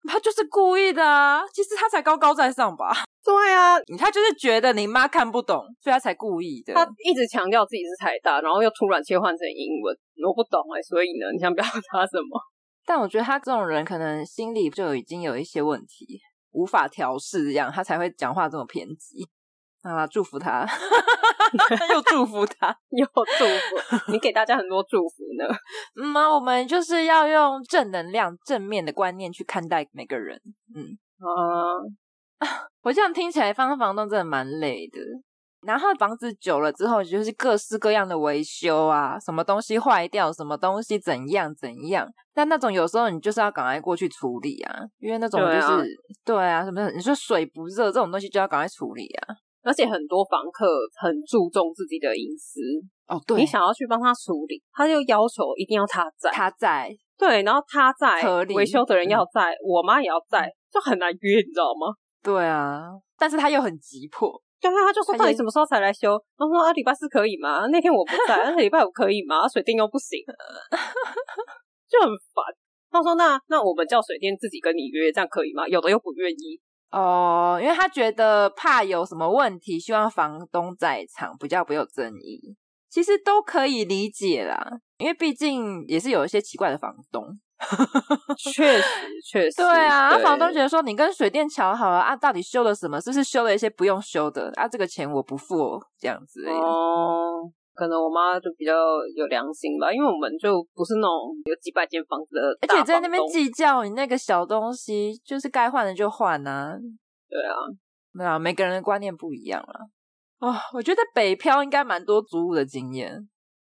[SPEAKER 2] 他就是故意的啊，其实他才高高在上吧，
[SPEAKER 1] 对啊，
[SPEAKER 2] 他就是觉得你妈看不懂，所以他才故意的。
[SPEAKER 1] 他一直强调自己是台大，然后又突然切换成英文，我不懂哎、所以呢，你想表达什么？
[SPEAKER 2] 但我觉得他这种人可能心里就已经有一些问题，无法调试，这样他才会讲话这么偏激。啊，祝福他， 又祝福他。
[SPEAKER 1] 又祝福你给大家很多祝福呢。
[SPEAKER 2] 嗯啊，我们就是要用正能量、正面的观念去看待每个人。
[SPEAKER 1] 啊，
[SPEAKER 2] 我这样听起来，当房东真的蛮累的。然后房子久了之后，就是各式各样的维修啊，什么东西坏掉，什么东西怎样怎样。但那种有时候你就是要赶快过去处理啊，因为那种就是
[SPEAKER 1] 对啊
[SPEAKER 2] 对啊，什么你说水不热这种东西就要赶快处理啊。
[SPEAKER 1] 而且很多房客很注重自己的隐私，
[SPEAKER 2] 哦，对，
[SPEAKER 1] 你想要去帮他处理，他就要求一定要他在。
[SPEAKER 2] 他在
[SPEAKER 1] 对，然后他在
[SPEAKER 2] 合理
[SPEAKER 1] 维修的人要在，我妈也要在，就很难约，你知道吗？
[SPEAKER 2] 对啊，但是他又很急迫，
[SPEAKER 1] 对啊，他就说
[SPEAKER 2] 他就
[SPEAKER 1] 到底什么时候才来修？他说啊，礼拜四可以吗？那天我不 在，那礼拜五可以吗？啊水电又不行，就很烦。他说那那我们叫水电自己跟你约，这样可以吗？有的又不愿意，
[SPEAKER 2] 哦，因为他觉得怕有什么问题，希望房东在场比较不会有争议。其实都可以理解啦，因为毕竟也是有一些奇怪的房东。
[SPEAKER 1] 确实确实，
[SPEAKER 2] 对啊，那
[SPEAKER 1] 对
[SPEAKER 2] 房东觉得说你跟水电瞧好了啊，到底修了什么？是不是修了一些不用修的啊？这个钱我不付哦，这样子而已。
[SPEAKER 1] 哦。可能我妈就比较有良心吧，因为我们就不是那种有几百间房子的
[SPEAKER 2] 而
[SPEAKER 1] 大
[SPEAKER 2] 且
[SPEAKER 1] 房东，
[SPEAKER 2] 在那边计较你那个小东西，就是该换的就换啊。
[SPEAKER 1] 对啊，
[SPEAKER 2] 没有啊，每个人的观念不一样啦。哦，我觉得北漂应该蛮多租屋的经验。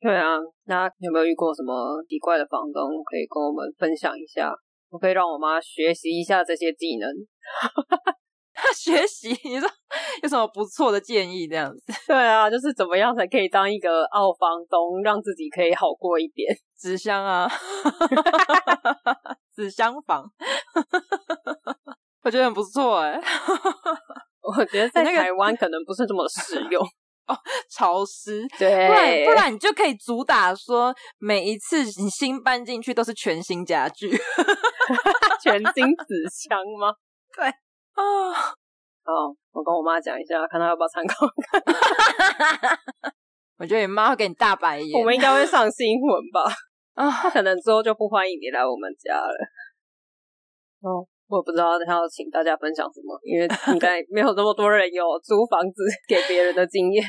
[SPEAKER 1] 对啊，那你有没有遇过什么奇怪的房东？可以跟我们分享一下，我可以让我妈学习一下这些技能。
[SPEAKER 2] 他 学习，你说有什么不错的建议？这样子，
[SPEAKER 1] 对啊，就是怎么样才可以当一个傲房东，让自己可以好过一点。
[SPEAKER 2] 纸箱啊， 纸箱房，我觉得很不错哎、
[SPEAKER 1] 我觉得在
[SPEAKER 2] 那个
[SPEAKER 1] 台湾可能不是这么适 用。
[SPEAKER 2] 潮湿。不
[SPEAKER 1] 对
[SPEAKER 2] 然不然你就可以主打说，每一次你新搬进去都是全新家具
[SPEAKER 1] 全金 纸箱吗？
[SPEAKER 2] 啊、
[SPEAKER 1] 哦，我跟我妈讲一下，看她要不要参考。
[SPEAKER 2] 我觉得你妈会给你大白眼。
[SPEAKER 1] 我们应该会上新闻吧？
[SPEAKER 2] 啊、
[SPEAKER 1] 可能之后就不欢迎你来我们家了。哦，我不知道他要请大家分享什么，因为应该没有那么多人有租房子 给别人的经 验。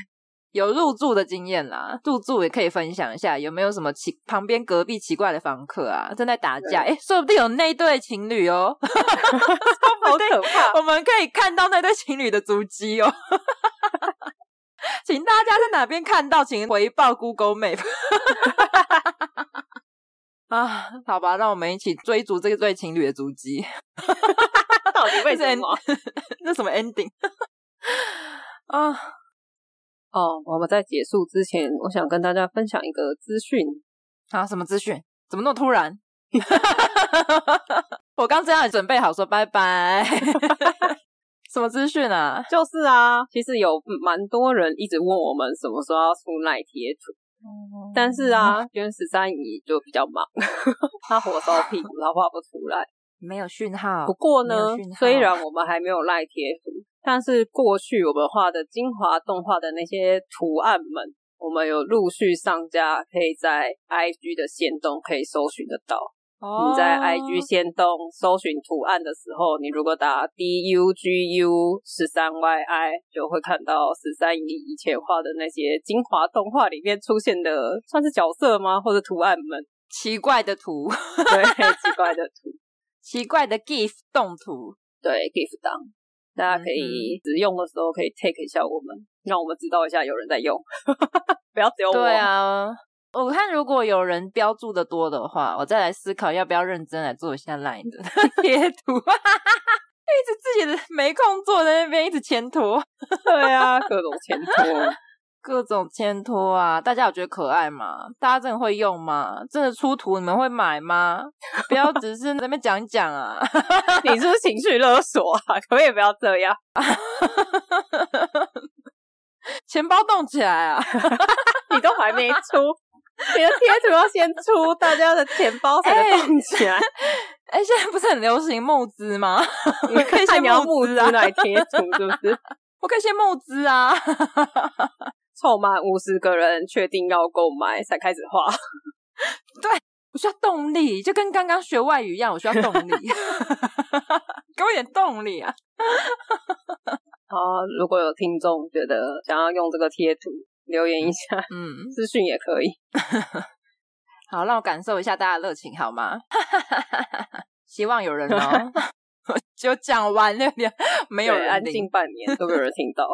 [SPEAKER 2] 有入住的经验啦，入住也可以分享一下，有没有什么奇旁边隔壁奇怪的房客啊，正在打架？诶，说不定有那一对情侣哦，
[SPEAKER 1] 好可怕！
[SPEAKER 2] 我们可以看到那对情侣的足迹哦。 请大家在哪边看到，请回报 Google Map。啊，好吧，让我们一起追逐这对情侣的足迹。
[SPEAKER 1] 到底为什么？
[SPEAKER 2] 那什么 ending 啊？
[SPEAKER 1] 哦，我们在结束之前，我想跟大家分享一个资讯。
[SPEAKER 2] 啊，什么资讯？怎么那么突然？ 我刚这样准备好说拜拜。 什么资讯啊？
[SPEAKER 1] 就是啊，其实有蛮多人一直问我们什么时候要出赖贴图，但是
[SPEAKER 2] 嗯
[SPEAKER 1] 啊，娟十三姨就比较忙， 她火烧屁股，她画不出来。
[SPEAKER 2] 没有讯号
[SPEAKER 1] 不。过
[SPEAKER 2] 没
[SPEAKER 1] 呢
[SPEAKER 2] 有讯，号
[SPEAKER 1] 虽然我们还没有赖贴图，但是过去我们画的精华动画的那些图案们，我们有陆续上架，可以在 IG 的线动可以搜寻得到。
[SPEAKER 2] 哦
[SPEAKER 1] 你在 IG 先动搜寻图案的时候，你如果打 D U G U 十三 Y I，就会看到十三姨以前画的那些精华动画里面出现的，算是角色吗？或者图案 们？
[SPEAKER 2] 奇怪的图，
[SPEAKER 1] 对，奇怪的 图，
[SPEAKER 2] 奇怪的 GIF 动图，
[SPEAKER 1] 对，GIF 档，大家可以使用的时候可以 take 一下我们，让我们知道一下有人在用， 不要只有我。哦
[SPEAKER 2] 对啊，我看如果有人标注的多的话，我再来思考要不要认真来做一下 LINE 的贴图。 一直自己的没空做，在那边一直牵拖，
[SPEAKER 1] 对啊，各种前拖。
[SPEAKER 2] 各种牵拖啊！大家有觉得可爱吗？大家真的会用吗？真的出图你们会买吗？不要只是在那边讲一讲啊！
[SPEAKER 1] 你是不是情绪勒索啊？ 可不可以不要这样？
[SPEAKER 2] 钱包动起来啊！
[SPEAKER 1] 你都还没出，你的贴图要先出，大家的钱包才能动起 来。
[SPEAKER 2] 哎、现在不是很流行募资吗？
[SPEAKER 1] 你
[SPEAKER 2] 可以 先
[SPEAKER 1] 看你要
[SPEAKER 2] 募
[SPEAKER 1] 募
[SPEAKER 2] 资
[SPEAKER 1] 资
[SPEAKER 2] 啊
[SPEAKER 1] 来贴图，是不是？
[SPEAKER 2] 我可以先募资啊！
[SPEAKER 1] 凑满五十个人确定要购买才开始画。
[SPEAKER 2] 我需要动力，就跟刚刚学外语一样，我需要动 力，给我一点动力啊！
[SPEAKER 1] 好，如果有听众觉得想要用这个贴图，留言一下，
[SPEAKER 2] 嗯，
[SPEAKER 1] 私讯也可以。
[SPEAKER 2] 好，让我感受一下大家的热情好吗？ 希望有 人哦。我就讲完了， 没有
[SPEAKER 1] 对
[SPEAKER 2] 人
[SPEAKER 1] 安
[SPEAKER 2] 理
[SPEAKER 1] 静半年都没有人听到，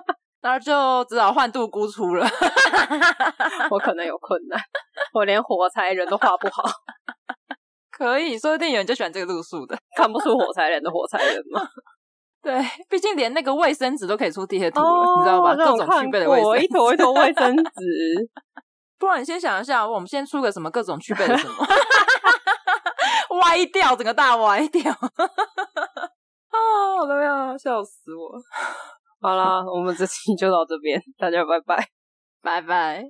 [SPEAKER 2] 然后就只好换杜姑出了。
[SPEAKER 1] 我可能有困难， 我连火柴人都画不好，
[SPEAKER 2] 可以，说不定有人就喜欢这个路数的。
[SPEAKER 1] 看不出火柴人的火柴人吗？
[SPEAKER 2] 对，毕竟连那个卫生纸都可以出贴图了，
[SPEAKER 1] 哦，
[SPEAKER 2] 你知道吧？
[SPEAKER 1] 那
[SPEAKER 2] 各
[SPEAKER 1] 我
[SPEAKER 2] 种
[SPEAKER 1] 看
[SPEAKER 2] 区别的
[SPEAKER 1] 过
[SPEAKER 2] 卫 生纸
[SPEAKER 1] 一坨一坨卫生纸，
[SPEAKER 2] 不然你先想一下，我们先出个什么各种区别的什么， 歪掉整个大歪掉 啊！我都要笑死我，
[SPEAKER 1] 好啦，我们这期就到这边，大家拜拜。
[SPEAKER 2] 拜拜。